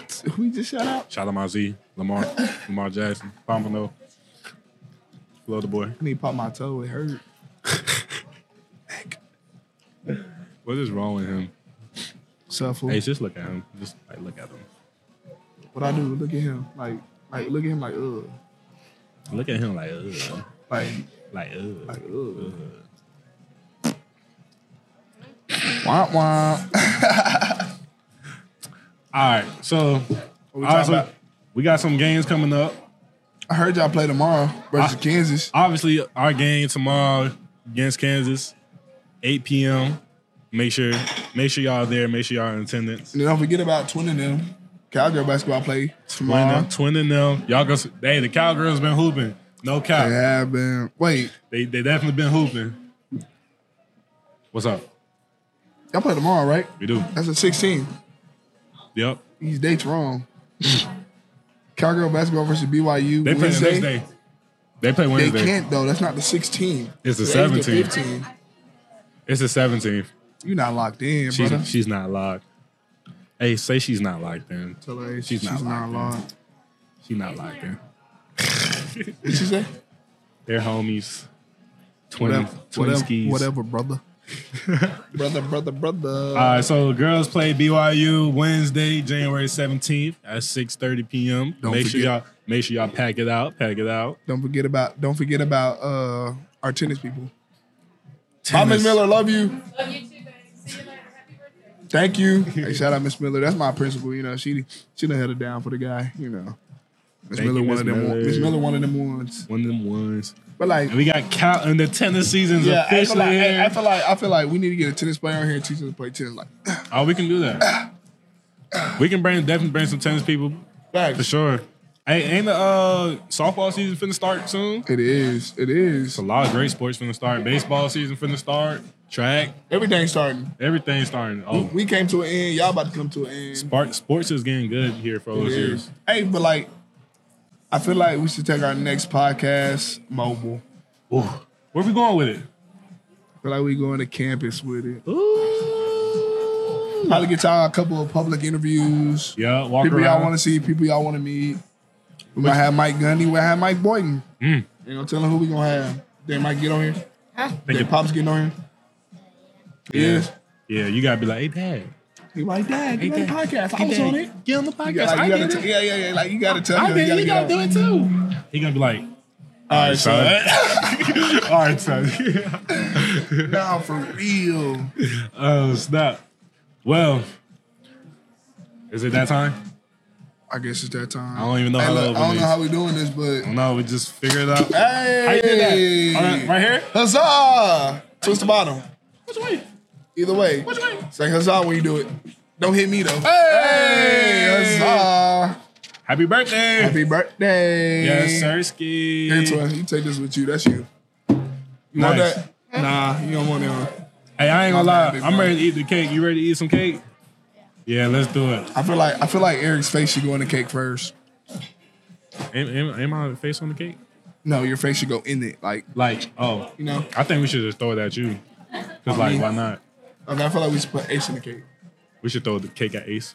Speaker 2: Z.
Speaker 3: Who you just shout out?
Speaker 2: Shout out my Z. Lamar. Lamar Jackson. Pomino. Florida boy.
Speaker 3: I need to pop my toe. It hurt.
Speaker 2: What is wrong with him?
Speaker 3: Shuffle.
Speaker 2: Hey, just look at him. Just like look at him.
Speaker 3: What I do? Look at him. Like, like look at him. Like, ugh.
Speaker 2: Look at him like ugh.
Speaker 3: Like,
Speaker 2: Like ugh.
Speaker 3: like ugh. Womp womp.
Speaker 2: All right. So
Speaker 3: What we talking
Speaker 2: obviously,
Speaker 3: about?
Speaker 2: we got some games coming up.
Speaker 3: I heard y'all play tomorrow versus
Speaker 2: I-
Speaker 3: Kansas.
Speaker 2: obviously our game tomorrow against Kansas, 8 p.m. Make sure make sure y'all there. Make sure y'all in attendance.
Speaker 3: And don't forget about twinning them. Cowgirl basketball play
Speaker 2: Twin
Speaker 3: tomorrow.
Speaker 2: them, twinning them. Y'all go. s- Hey, the cowgirls been hooping. No cow.
Speaker 3: Yeah, man. Wait,
Speaker 2: They they definitely been hooping. What's up?
Speaker 3: y'all play tomorrow, right?
Speaker 2: We do.
Speaker 3: That's a 16.
Speaker 2: Yep.
Speaker 3: These dates wrong. Cowgirl basketball versus BYU.
Speaker 2: They play the
Speaker 3: Wednesday.
Speaker 2: next day. They play
Speaker 3: They
Speaker 2: Wednesday.
Speaker 3: can't though. That's not the 16.
Speaker 2: It's the
Speaker 3: Today's
Speaker 2: 17.
Speaker 3: 15.
Speaker 2: It's the 17th.
Speaker 3: You're not locked in, brother.
Speaker 2: She's, she's not locked. Hey, say she's not locked in.
Speaker 3: Tell her, hey,
Speaker 2: she's
Speaker 3: she's,
Speaker 2: not
Speaker 3: not
Speaker 2: locked
Speaker 3: locked.
Speaker 2: She's not locked in.
Speaker 3: What she say?
Speaker 2: They're homies. Twin,
Speaker 3: Whatever,
Speaker 2: twin
Speaker 3: whatever,
Speaker 2: skis.
Speaker 3: whatever, brother. brother, brother, brother.
Speaker 2: All right, so girls play BYU Wednesday, January 17th at 6:30 p.m.
Speaker 3: Don't
Speaker 2: make sure
Speaker 3: forget.
Speaker 2: y'all make sure y'all pack it out, pack it out.
Speaker 3: Don't forget about don't forget about uh our tennis people. Bye,
Speaker 2: Tennis.
Speaker 3: Miss Miller. Love you.
Speaker 6: Love Oh, you too, babe. See you later. Happy birthday.
Speaker 3: Thank you. Hey, shout out Miss Miller. That's my principal. You know, she she done held it down for the guy. You know, Miss
Speaker 2: Thank
Speaker 3: Miller,
Speaker 2: you,
Speaker 3: one
Speaker 2: Miss
Speaker 3: of them.
Speaker 2: Miller.
Speaker 3: one- Miss Miller, one of them ones.
Speaker 2: One of them ones.
Speaker 3: But like,
Speaker 2: And we got count and the tennis season's
Speaker 3: yeah, I feel
Speaker 2: officially
Speaker 3: like,
Speaker 2: here.
Speaker 3: I, I feel like I feel like we need to get a tennis player on here and teach them to play tennis. Like,
Speaker 2: oh, we can do that. we can bring definitely bring some tennis people for
Speaker 4: Facts.
Speaker 2: sure. Hey, ain't the uh, softball season finna start soon?
Speaker 3: it is, it is.
Speaker 2: A lot of great sports finna start. Baseball season finna start. Track,
Speaker 3: Everything's starting.
Speaker 2: everything's starting. Oh,
Speaker 3: We came to an end. Y'all about to come to an end.
Speaker 2: sport, sports is getting good here for
Speaker 3: It
Speaker 2: those years.
Speaker 3: is. Hey, but like, I feel like we should take our next podcast mobile.
Speaker 2: Where we going with it?
Speaker 3: I feel like we going to campus with it. Probably get y'all a couple of public interviews.
Speaker 2: Yeah, walk
Speaker 3: people
Speaker 2: around.
Speaker 3: y'all want to see, people y'all want to meet. We might have Mike Gundy. We will have Mike Boyton.
Speaker 2: Mm.
Speaker 3: You know, tell them who we gonna have. They might get on here.
Speaker 5: Huh?
Speaker 3: Think
Speaker 2: you.
Speaker 3: pops getting on here. He is.
Speaker 2: Yeah, you gotta be like, hey, Dad.
Speaker 3: He like dad. You
Speaker 2: Hey,
Speaker 3: on the podcast. I
Speaker 2: Hey,
Speaker 3: was
Speaker 2: Dad,
Speaker 3: on it.
Speaker 2: Get on the
Speaker 3: You
Speaker 2: podcast.
Speaker 3: gotta-
Speaker 2: I
Speaker 3: you
Speaker 2: did
Speaker 3: gotta
Speaker 2: it.
Speaker 3: t- yeah, yeah, yeah. Like you gotta tell
Speaker 2: I
Speaker 3: him.
Speaker 2: did it. You gotta
Speaker 3: get
Speaker 2: do
Speaker 3: on.
Speaker 2: it too. He gonna be like,
Speaker 3: All right, son.
Speaker 2: all right, son.
Speaker 3: Nah, for real.
Speaker 2: oh, snap. Well, is it that time?
Speaker 3: I guess it's that time.
Speaker 2: I don't even know
Speaker 3: Hey,
Speaker 2: how
Speaker 3: look,
Speaker 2: long
Speaker 3: I don't
Speaker 2: it
Speaker 3: know
Speaker 2: is.
Speaker 3: how we doing this, but
Speaker 2: No, we just figure it out.
Speaker 3: hey,
Speaker 2: How you did that? All right, right here?
Speaker 3: Huzzah! Twist the bottom.
Speaker 2: Which way?
Speaker 3: Either way.
Speaker 2: Which way?
Speaker 3: Say huzzah when you do it. Don't hit me though.
Speaker 2: Hey!
Speaker 3: huzzah!
Speaker 2: Happy birthday.
Speaker 3: Happy birthday.
Speaker 2: yes, Sirski.
Speaker 3: Antoine, you take this with you. That's you. You want
Speaker 2: Nice.
Speaker 3: that? Nah, you don't want it. On.
Speaker 2: Hey, I ain't gonna lie.
Speaker 3: Happy
Speaker 2: I'm ready to eat the cake. You ready to eat some cake? Yeah, let's do it.
Speaker 3: I feel like I feel like Eric's face should go in the cake first.
Speaker 2: Am, am, am I face on the cake?
Speaker 3: No, your face should go in it. Like
Speaker 2: Like, oh,
Speaker 3: you know.
Speaker 2: I think we should just throw it at you. Cause like,
Speaker 3: mean-
Speaker 2: why not?
Speaker 3: Okay, I feel like we should put Ace in the cake.
Speaker 2: We should throw the cake at Ace.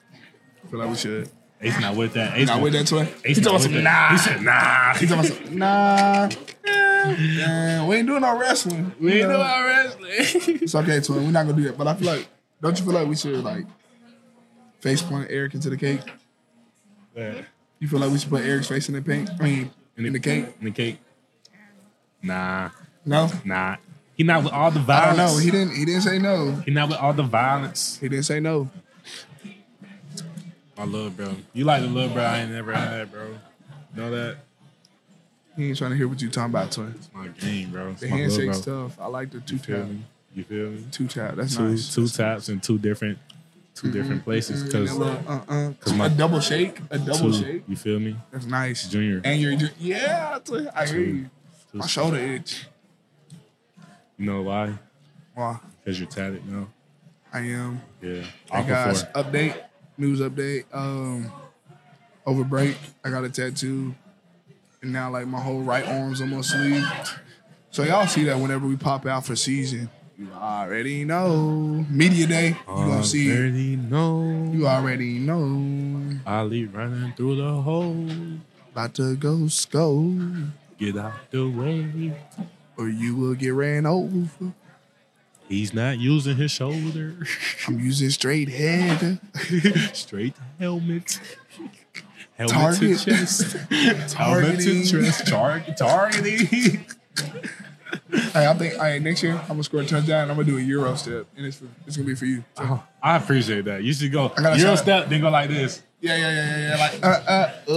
Speaker 3: I feel like we should.
Speaker 2: Ace not with that. Ace
Speaker 3: Not
Speaker 2: not
Speaker 3: with that toy.
Speaker 2: Ace
Speaker 3: He
Speaker 2: not
Speaker 3: talking
Speaker 2: with
Speaker 3: some
Speaker 2: that.
Speaker 3: nah.
Speaker 2: He said nah.
Speaker 3: He talking about some nah. Yeah, yeah, we ain't doing no wrestling.
Speaker 2: We
Speaker 3: You
Speaker 2: ain't
Speaker 3: know.
Speaker 2: do our wrestling.
Speaker 3: It's okay, twin. We're not gonna do that. But I feel like, don't you feel like we should like face plant Eric into the cake?
Speaker 2: Yeah.
Speaker 3: You feel like we should put Eric's face in the paint? I mean, in, the cake?
Speaker 2: In the cake. Nah,
Speaker 3: No,
Speaker 2: nah. He not with all the
Speaker 3: I don't
Speaker 2: violence.
Speaker 3: know. He didn't. He didn't say no.
Speaker 2: He not with all the violence.
Speaker 3: He didn't say no.
Speaker 2: My love, bro. You like the love, bro. I ain't never had, bro. Know that?
Speaker 3: He ain't trying to hear what you talking about, twin.
Speaker 2: It's my game, bro. It's
Speaker 3: The
Speaker 2: my love, bro.
Speaker 3: handshake's tough. I like the two
Speaker 2: You feel
Speaker 3: tap.
Speaker 2: me? You feel me?
Speaker 3: Two tap. That's
Speaker 2: Two
Speaker 3: nice. Mm-hmm.
Speaker 2: two taps in two different two different places
Speaker 3: And
Speaker 2: because
Speaker 3: a little, uh-uh.
Speaker 2: my-
Speaker 3: a double shake. A
Speaker 2: two.
Speaker 3: double shake.
Speaker 2: You feel me?
Speaker 3: That's nice.
Speaker 2: Junior.
Speaker 3: And you're ju- yeah. Twin, I hear you.
Speaker 2: Two.
Speaker 3: My shoulder itch.
Speaker 2: You know why?
Speaker 3: Wow.
Speaker 2: Because you're tatted now.
Speaker 3: I am.
Speaker 2: Yeah.
Speaker 3: Hey
Speaker 2: Aqua
Speaker 3: guys,
Speaker 2: four.
Speaker 3: update, news update. Um, over break, I got a tattoo, and now like my whole right arm's almost sleeve. So y'all see that whenever we pop out for season, you already know. Media day, you gonna see. it.
Speaker 2: Already know.
Speaker 3: You already know.
Speaker 2: Ali running through the hole.
Speaker 3: About to go score,
Speaker 2: Get out the way.
Speaker 3: or you will get ran over.
Speaker 2: He's not using his shoulder.
Speaker 3: I'm using straight head.
Speaker 2: Straight helmet. Helmet
Speaker 3: Target.
Speaker 2: to chest. helmet to
Speaker 3: Targeting.
Speaker 2: chest. Tar- targeting.
Speaker 3: Hey, I think hey, next year I'm gonna score a touchdown. and I'm gonna do a euro step, and it's for, it's gonna be for you. So,
Speaker 2: Oh, I appreciate that. You should go
Speaker 3: gotta
Speaker 2: Euro
Speaker 3: shout-
Speaker 2: step, then go like this.
Speaker 3: Yeah, yeah, yeah, yeah, yeah. Like, uh, uh, uh,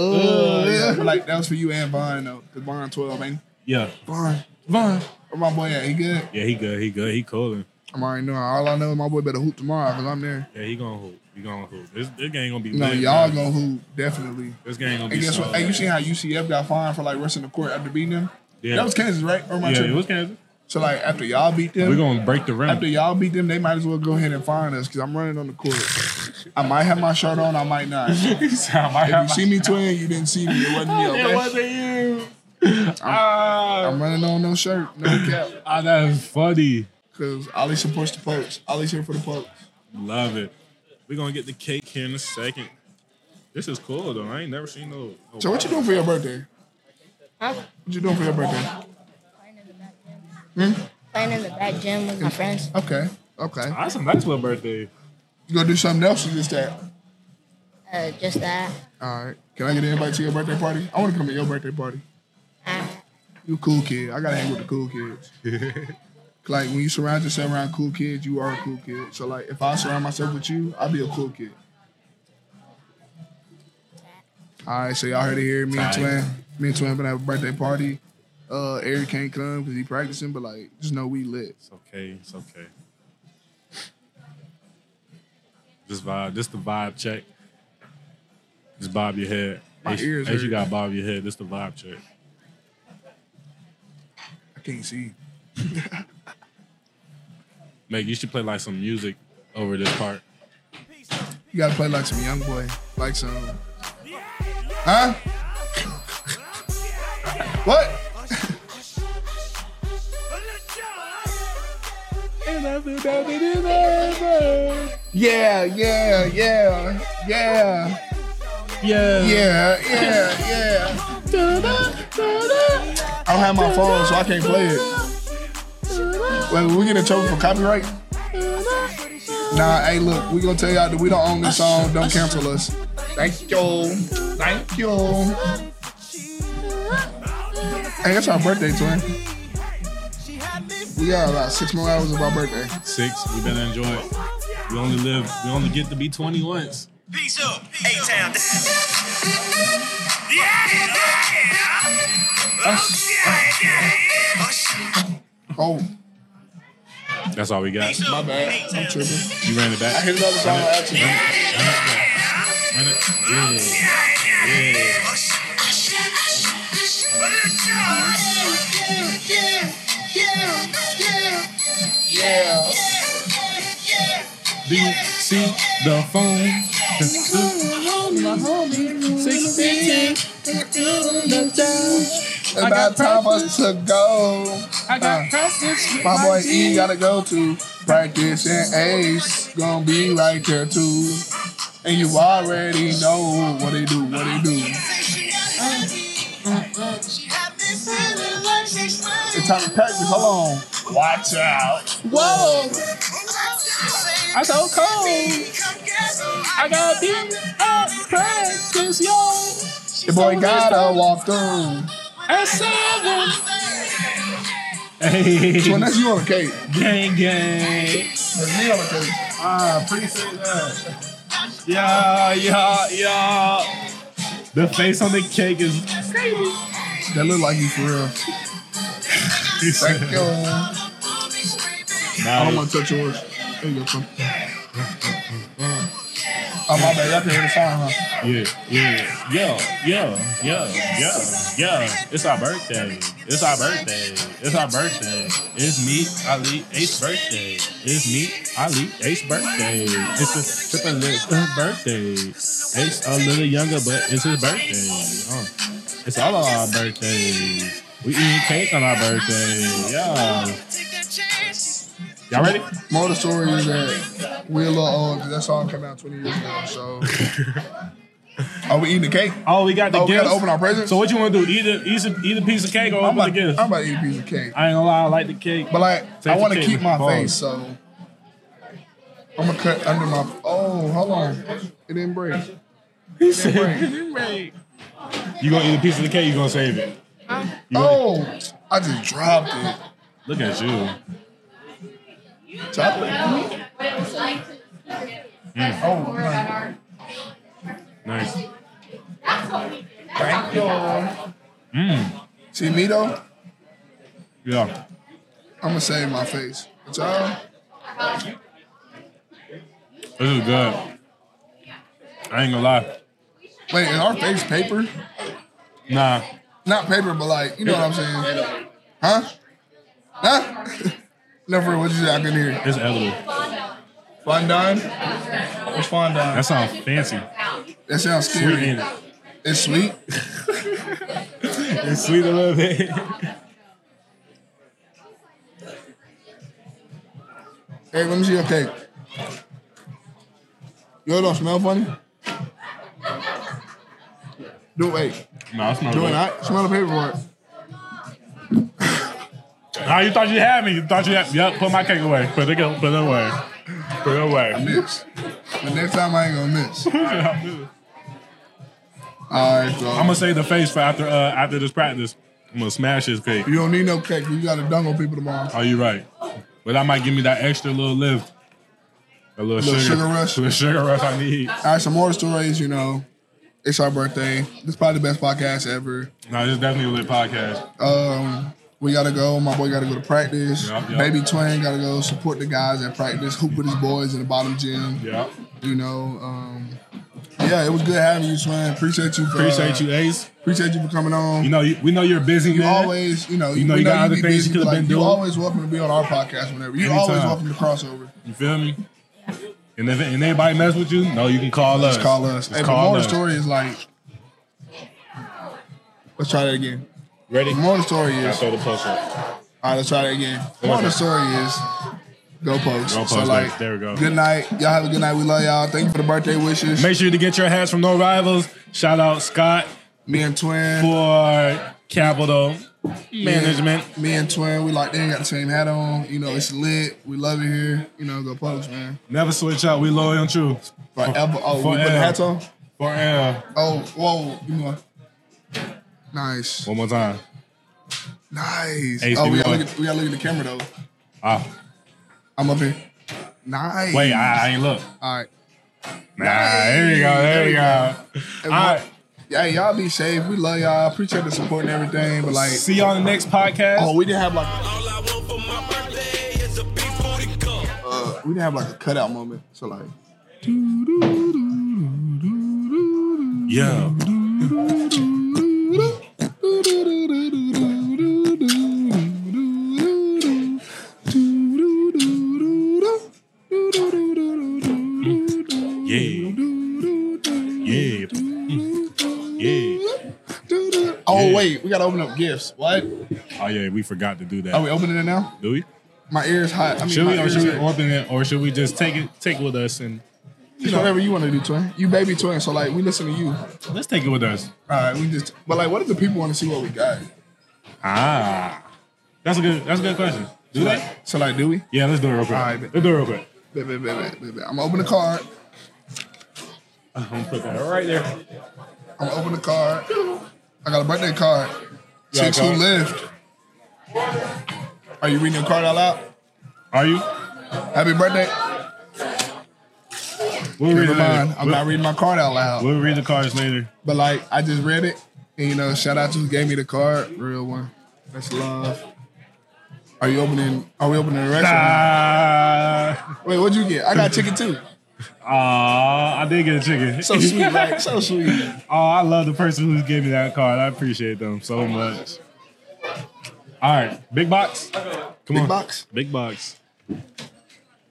Speaker 3: yeah. But, like, that was for you and Vaughn, though. Because Vaughn 12, ain't he?
Speaker 2: Yeah.
Speaker 3: Vaughn.
Speaker 2: Vaughn.
Speaker 3: Where my boy at? He good?
Speaker 2: Yeah, he good. He good. He cooling.
Speaker 3: I'm already knowing. All I know is my boy better hoop tomorrow because I'm there.
Speaker 2: Yeah, he gonna hoop. He gonna hoop. This, this game gonna be
Speaker 3: You know,
Speaker 2: lit,
Speaker 3: y'all
Speaker 2: bro.
Speaker 3: gonna hoop, definitely.
Speaker 2: This game gonna be
Speaker 3: And guess what?
Speaker 2: solid.
Speaker 3: Hey, you seen how UCF got fined for, like, rushing the court after beating them?
Speaker 2: Yeah.
Speaker 3: That was Kansas, right? Or my
Speaker 2: Yeah,
Speaker 3: yeah,
Speaker 2: it was Kansas.
Speaker 3: So, like, after y'all beat them,
Speaker 2: We're gonna break the rim.
Speaker 3: after y'all beat them, they might as well go ahead and fine us because I'm running on the court. I might have my shirt on, I might not. If
Speaker 2: Sound like
Speaker 3: you see me twin, you didn't see me. It wasn't me, okay?
Speaker 2: It wasn't you. Ah,
Speaker 3: I'm running on no shirt, no cap.
Speaker 2: ah, that is funny.
Speaker 3: Cause Ali supports the Pokes. Ali's here for the Pokes.
Speaker 2: Love it. We're gonna get the cake here in a second. This is cool though. I ain't never seen no. no
Speaker 3: So what you doing for your birthday?
Speaker 5: Huh?
Speaker 3: What you doing for your birthday?
Speaker 5: Playing in the back gym. Playing in the back gym with my friends.
Speaker 3: Okay. Okay.
Speaker 2: That's a nice little birthday.
Speaker 3: You gonna do something else or just that?
Speaker 5: Uh, just that.
Speaker 3: All right. Can I get an invite to your birthday party? I want to come to your birthday party. You a cool kid. I gotta hang with the cool kids. like when you surround yourself around cool kids, you are a cool kid. So like if I surround myself with you, I'll be a cool kid. All right. So y'all heard it here. Me and Twin, me and Twin gonna have a birthday party. Uh, Eric can't come because he practicing, but like just know we lit.
Speaker 2: It's okay. It's okay. Just vibe. Just the vibe check. Just bob your head.
Speaker 3: My
Speaker 2: Ace-
Speaker 3: ears
Speaker 2: Ace, you
Speaker 3: hurt.
Speaker 2: got bob your head. This the vibe check.
Speaker 3: I can't see.
Speaker 2: Meg, you should play like some music over this part.
Speaker 3: You gotta play like some young boy, like some, huh? what? Yeah, yeah, yeah, yeah,
Speaker 2: Yeah.
Speaker 3: yeah, yeah, yeah. I don't have my phone, so I can't play it. Wait, we get in trouble for copyright? Nah, hey, look, we gonna tell y'all that we don't own this song. Don't cancel us. Thank you, thank you. Hey, that's our birthday, twin. We got about six more hours of our birthday.
Speaker 2: Six. We better enjoy it. We only live. We only get to be twenty once.
Speaker 7: Peace up, A Town. Yeah,
Speaker 3: Oh,
Speaker 2: That's all we got.
Speaker 3: my bad. I'm tripping.
Speaker 2: You ran it
Speaker 3: I
Speaker 2: back.
Speaker 3: hit another song by accident.
Speaker 2: Ran it. Yeah.
Speaker 3: Yeah.
Speaker 2: Do you see the phone?
Speaker 3: About time for us to go. I got uh, My boy E gotta go to practice, and Ace gonna be right there too. And you already know what they do, what they do. It's time to practice. Hold on. Watch out. Whoa. I so cold. I gotta be up practice, yo. The boy gotta walk through.
Speaker 2: Hey,
Speaker 3: So that's you on a cake.
Speaker 2: gang, gang.
Speaker 3: That's me on a cake.
Speaker 2: I appreciate that. Yeah, yeah, yeah. The face on the cake is
Speaker 3: That look like you for real. Thank you. I
Speaker 2: Oh
Speaker 3: don't want to touch yours. There you go, son. Oh, my bad. Y'all can hear the sound, huh?
Speaker 2: Yeah, yeah, yo, yo, yo, yo, yo. It's our birthday. It's our birthday. It's our birthday. It's me, Ali, Ace birthday. It's me, Ali, Ace birthday. It's a triple list of birthday. Ace a little younger, but it's his birthday. Oh, It's all our birthdays. We eating cake on our birthday. Yeah. Y'all ready?
Speaker 3: More of the story is that we're a little old because that song came out 20 years ago. So, are we eating the cake?
Speaker 2: Oh, we got the
Speaker 3: Oh, we
Speaker 2: gifts.
Speaker 3: gotta open our presents?
Speaker 2: So what you want to do? Either, either, either piece of cake or
Speaker 3: I'm
Speaker 2: open the
Speaker 3: about,
Speaker 2: gifts.
Speaker 3: I'm about to eat a piece of cake.
Speaker 2: I ain't gonna lie, I like the cake.
Speaker 3: But, like,
Speaker 2: Take
Speaker 3: I
Speaker 2: the
Speaker 3: want to
Speaker 2: cake
Speaker 3: keep
Speaker 2: and
Speaker 3: my
Speaker 2: pause.
Speaker 3: face, so I'm going to cut under my. Oh, hold on. It didn't break.
Speaker 2: He said- you gonna eat a piece of the cake? You gonna save it? You gonna-
Speaker 3: Oh, I just dropped it.
Speaker 2: look at you!
Speaker 3: Chocolate? Oh, my.
Speaker 2: Nice.
Speaker 3: Thank you. See me though?
Speaker 2: Yeah.
Speaker 3: I'm gonna save my face. But y'all,
Speaker 2: This is good. I ain't gonna lie.
Speaker 3: wait, is our face paper?
Speaker 2: Nah.
Speaker 3: Not paper, but like, you know what I'm saying? Huh? Huh? Never what you say I can hear.
Speaker 2: It's edible.
Speaker 3: Fondant? What's fondant?
Speaker 2: That sounds fancy.
Speaker 3: That sounds
Speaker 2: Sweet
Speaker 3: scary.
Speaker 2: ain't it?
Speaker 3: It's sweet.
Speaker 2: It's sweet a little bit.
Speaker 3: Hey, let me see your cake. Yo, it don't smell funny? Do wait.
Speaker 2: No, it's not.
Speaker 3: Do it
Speaker 2: good.
Speaker 3: not? Smell the paperwork.
Speaker 2: Nah, you thought you had me. You thought you had. Yep, put my cake away. Put it, put it away. Put it away.
Speaker 3: Miss. But next time I ain't gonna miss.
Speaker 2: I'm
Speaker 3: Alright, so
Speaker 2: gonna save the face for after uh, after this practice. I'm gonna smash his cake.
Speaker 3: you don't need no cake, you gotta dung on people tomorrow.
Speaker 2: Are you right? But that might give me that extra little lift, a little,
Speaker 3: Little
Speaker 2: sugar,
Speaker 3: sugar rush.
Speaker 2: little sugar rush I need.
Speaker 3: Alright, some more stories, you know. It's our birthday. This is probably the best podcast ever.
Speaker 2: No, this is definitely a lit podcast.
Speaker 3: Um, we gotta go. My boy gotta go to practice.
Speaker 2: Yup, yup.
Speaker 3: Baby twin gotta go support the guys at practice. Hoop with his boys in the bottom gym.
Speaker 2: Yeah,
Speaker 3: You know, um, yeah, it was good having you, Swin. Appreciate you. For,
Speaker 2: appreciate you, Ace.
Speaker 3: Appreciate you for coming on.
Speaker 2: You
Speaker 3: You,
Speaker 2: know, you, we know you're busy, man.
Speaker 3: always, you know,
Speaker 2: You know
Speaker 3: we
Speaker 2: you got other
Speaker 3: be
Speaker 2: things you
Speaker 3: busy,
Speaker 2: could've
Speaker 3: but,
Speaker 2: been
Speaker 3: you
Speaker 2: doing.
Speaker 3: always welcome to be on our podcast whenever. You always
Speaker 2: Anytime.
Speaker 3: welcome to crossover.
Speaker 2: You feel me? And if and anybody mess with you, no, you can call us.
Speaker 3: Just call us.
Speaker 2: Just
Speaker 3: hey,
Speaker 2: call
Speaker 3: but more
Speaker 2: us.
Speaker 3: the story is like, let's try that again.
Speaker 2: Ready?
Speaker 3: More the story
Speaker 2: I
Speaker 3: is.
Speaker 2: throw the post up.
Speaker 3: All right, let's try that again.
Speaker 2: Go
Speaker 3: Moral of the
Speaker 2: post.
Speaker 3: story is go post.
Speaker 2: Go
Speaker 3: so
Speaker 2: post,
Speaker 3: like,
Speaker 2: there we go.
Speaker 3: Good night, y'all. Have a good night. We love y'all. Thank you for the birthday wishes.
Speaker 2: Make sure to get your hats from No Rivals. Shout out Scott
Speaker 3: me and Twin.
Speaker 2: for Capital Management.
Speaker 3: Me and Twin, we like they ain't got the same hat on. You know, it's lit. We love it here. You know, go Pokes, man.
Speaker 2: Never switch out. We loyal and true.
Speaker 3: Forever. Oh, we put the
Speaker 2: Forever.
Speaker 3: hats on.
Speaker 2: Forever.
Speaker 3: Oh, whoa, you know. Nice,
Speaker 2: One more time.
Speaker 3: nice.
Speaker 2: Hey,
Speaker 3: oh,
Speaker 2: Stevie
Speaker 3: we gotta,
Speaker 2: Wonder.
Speaker 3: look at, we gotta look at the camera though.
Speaker 2: Ah,
Speaker 3: I'm up here. Nice.
Speaker 2: wait, I, I ain't look.
Speaker 3: All right.
Speaker 2: Nah, there you go. There you go.
Speaker 3: Hey,
Speaker 2: All right.
Speaker 3: Hey, y'all be safe. We love y'all. Appreciate the support and everything. But like,
Speaker 2: See you on the next podcast.
Speaker 3: oh, we didn't have like
Speaker 1: All I want for my birthday is a beef booty cup.
Speaker 3: uh, we didn't have like a cutout moment. So like,
Speaker 2: Yeah. Yeah. Yeah. Yeah.
Speaker 3: oh
Speaker 2: Yeah.
Speaker 3: wait, we gotta open up gifts. What?
Speaker 2: Oh yeah, we forgot to do that.
Speaker 3: Are we opening it now?
Speaker 2: do we?
Speaker 3: My ears hot. I mean,
Speaker 2: Should
Speaker 3: my
Speaker 2: we or
Speaker 3: ears
Speaker 2: should we
Speaker 3: hurt.
Speaker 2: open it or should we just take it take it with us and
Speaker 3: It's whatever you want to do, twin. You baby twin, so like we listen to you. All
Speaker 2: let's take it with us.
Speaker 3: right, we just. But like, what if the people want to see what we got?
Speaker 2: Ah. That's a good that's a good question. Do
Speaker 3: Like,
Speaker 2: that?
Speaker 3: so like, do we?
Speaker 2: Yeah, let's do it real quick.
Speaker 3: Alright, bet.
Speaker 2: Let's do it real quick.
Speaker 3: Baby, baby, baby. I'm gonna open the card.
Speaker 2: I'm gonna put that right there.
Speaker 3: I'm gonna open the card. I got a birthday card.
Speaker 2: You got a
Speaker 3: Six
Speaker 2: card?
Speaker 3: who lived. Are you reading your card out loud?
Speaker 2: Are you?
Speaker 3: Happy birthday.
Speaker 2: We'll read
Speaker 3: Never
Speaker 2: it later.
Speaker 3: mind. I'm
Speaker 2: we'll,
Speaker 3: not reading my card out loud.
Speaker 2: we'll read the cards later.
Speaker 3: But like, I just read it, and you know, shout out to who gave me the card. Real one. That's love. Are you opening? Are we opening the restaurant?
Speaker 2: Ah,
Speaker 3: Wait, what'd you get? I got chicken too.
Speaker 2: aw, Ah, I did get a chicken.
Speaker 3: So sweet, like so sweet.
Speaker 2: Oh, I love the person who gave me that card. I appreciate them so much. All right, big box. Come
Speaker 3: Big
Speaker 2: on,
Speaker 3: box.
Speaker 2: Big box.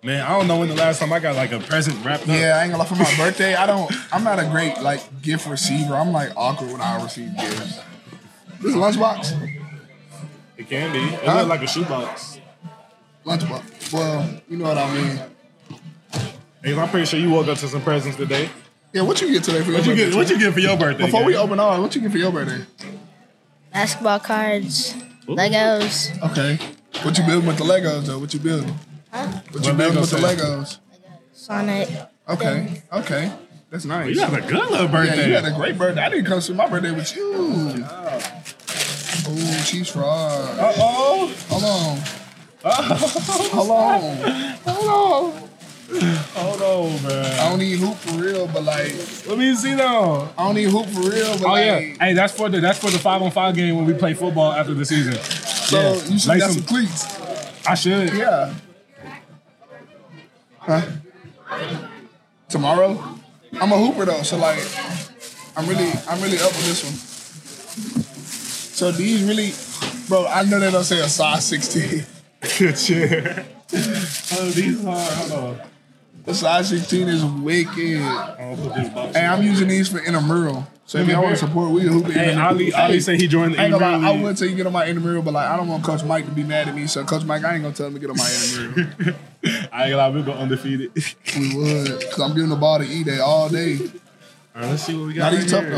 Speaker 2: Man, I don't know when the last time I got like a present wrapped up.
Speaker 3: Yeah, I ain't gonna lie. For my birthday, I don't. I'm not a great like gift receiver. I'm like awkward when I receive gifts. This is lunchbox.
Speaker 2: It can be. It
Speaker 3: Huh?
Speaker 2: looked like a shoebox.
Speaker 3: Lunchbox. Well, you know what I mean.
Speaker 2: Hey, I'm pretty sure you woke up to some presents today.
Speaker 3: Yeah, what you get today for your
Speaker 2: What you
Speaker 3: birthday?
Speaker 2: get? What you get for your birthday?
Speaker 3: Before we
Speaker 2: Gabe?
Speaker 3: open ours, what you get for your birthday?
Speaker 5: Basketball cards, Legos.
Speaker 3: Okay. What you building with the Legos though? What you building? What you
Speaker 2: What
Speaker 3: building
Speaker 2: Lego
Speaker 3: with the
Speaker 2: set?
Speaker 3: Legos?
Speaker 5: Sonic.
Speaker 3: Okay. Okay. That's nice.
Speaker 2: you have a good little
Speaker 3: Yeah,
Speaker 2: birthday.
Speaker 3: you had a great birthday. I didn't come to my birthday with you. Oh, cheese fries.
Speaker 2: uh oh.
Speaker 3: Hold on. Hold on.
Speaker 2: Hold on. Hold on,
Speaker 3: I
Speaker 2: man.
Speaker 3: don't need hoop for real, but like
Speaker 2: Let me see though.
Speaker 3: I don't need hoop for real, but
Speaker 2: Oh yeah.
Speaker 3: like
Speaker 2: Hey, that's for the that's for the five on five game when we play football after the season.
Speaker 3: so
Speaker 2: yeah.
Speaker 3: you should
Speaker 2: Lace
Speaker 3: got
Speaker 2: them.
Speaker 3: some cleats.
Speaker 2: I should.
Speaker 3: Yeah. Huh? Tomorrow? I'm a hooper though, so like I'm really I'm really up with this one. So these really bro, I know they don't say a size 16.
Speaker 2: Good chair. oh, these are. Hold on.
Speaker 3: The size 16 is wicked.
Speaker 2: I'll put this box.
Speaker 3: Hey, I'm using these for intramural. So if y'all want to support, we who can.
Speaker 2: Hey, Ali, Ali said he joined the
Speaker 3: I, ain't gonna lie, I
Speaker 2: intramural league.
Speaker 3: would say you get on my intramural, but like I don't want Coach Mike to be mad at me. So Coach Mike, I ain't gonna tell him to get on my intramural.
Speaker 2: I ain't gonna lie, we go undefeated.
Speaker 3: we would, cause I'm giving the ball to E Day all day.
Speaker 2: All right, let's see what we
Speaker 3: Now
Speaker 2: got.
Speaker 3: he's
Speaker 2: right
Speaker 3: tough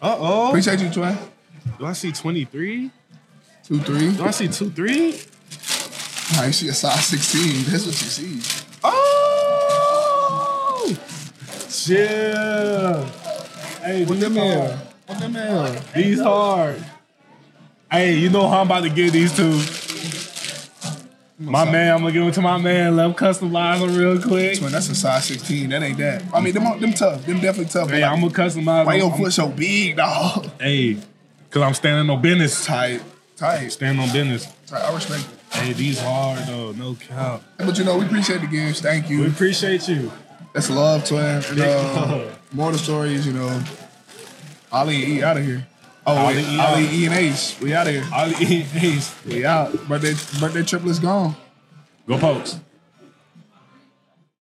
Speaker 3: though.
Speaker 2: Uh oh.
Speaker 3: Appreciate you, Twin.
Speaker 2: Do I see 23?
Speaker 3: Two three.
Speaker 2: Do I see 2 3?
Speaker 3: All right, she a size 16. That's what she sees.
Speaker 2: Oh! Yeah. Hey, these hard.
Speaker 3: What them hell?
Speaker 2: These hard. Hey, you know how I'm about to give these to. My man, I'm gonna give them to my man. Let him customize them real quick.
Speaker 3: Twin, that's a size 16. That ain't that. I mean, them, them tough. Them definitely tough.
Speaker 2: Hey,
Speaker 3: but
Speaker 2: I'm
Speaker 3: like,
Speaker 2: gonna customize
Speaker 3: why your
Speaker 2: them. I'm-
Speaker 3: foot so big, dog?
Speaker 2: Hey, cause I'm standing on business.
Speaker 3: Tight. Tight.
Speaker 2: Standing on business.
Speaker 3: Tight. I respect it.
Speaker 2: Hey, these hard though, no cap.
Speaker 3: But you know, we appreciate the games. Thank
Speaker 2: We
Speaker 3: you.
Speaker 2: appreciate you.
Speaker 3: That's love, Twin. And, uh,
Speaker 2: love.
Speaker 3: more the stories, you know. Ali and E out of here. Oh,
Speaker 2: Ali
Speaker 3: wait,
Speaker 2: E
Speaker 3: Ali,
Speaker 2: out.
Speaker 3: E, and Ace. We out of here.
Speaker 2: Ali Ace.
Speaker 3: We out. Birthday, birthday triplet's gone.
Speaker 2: Go pokes.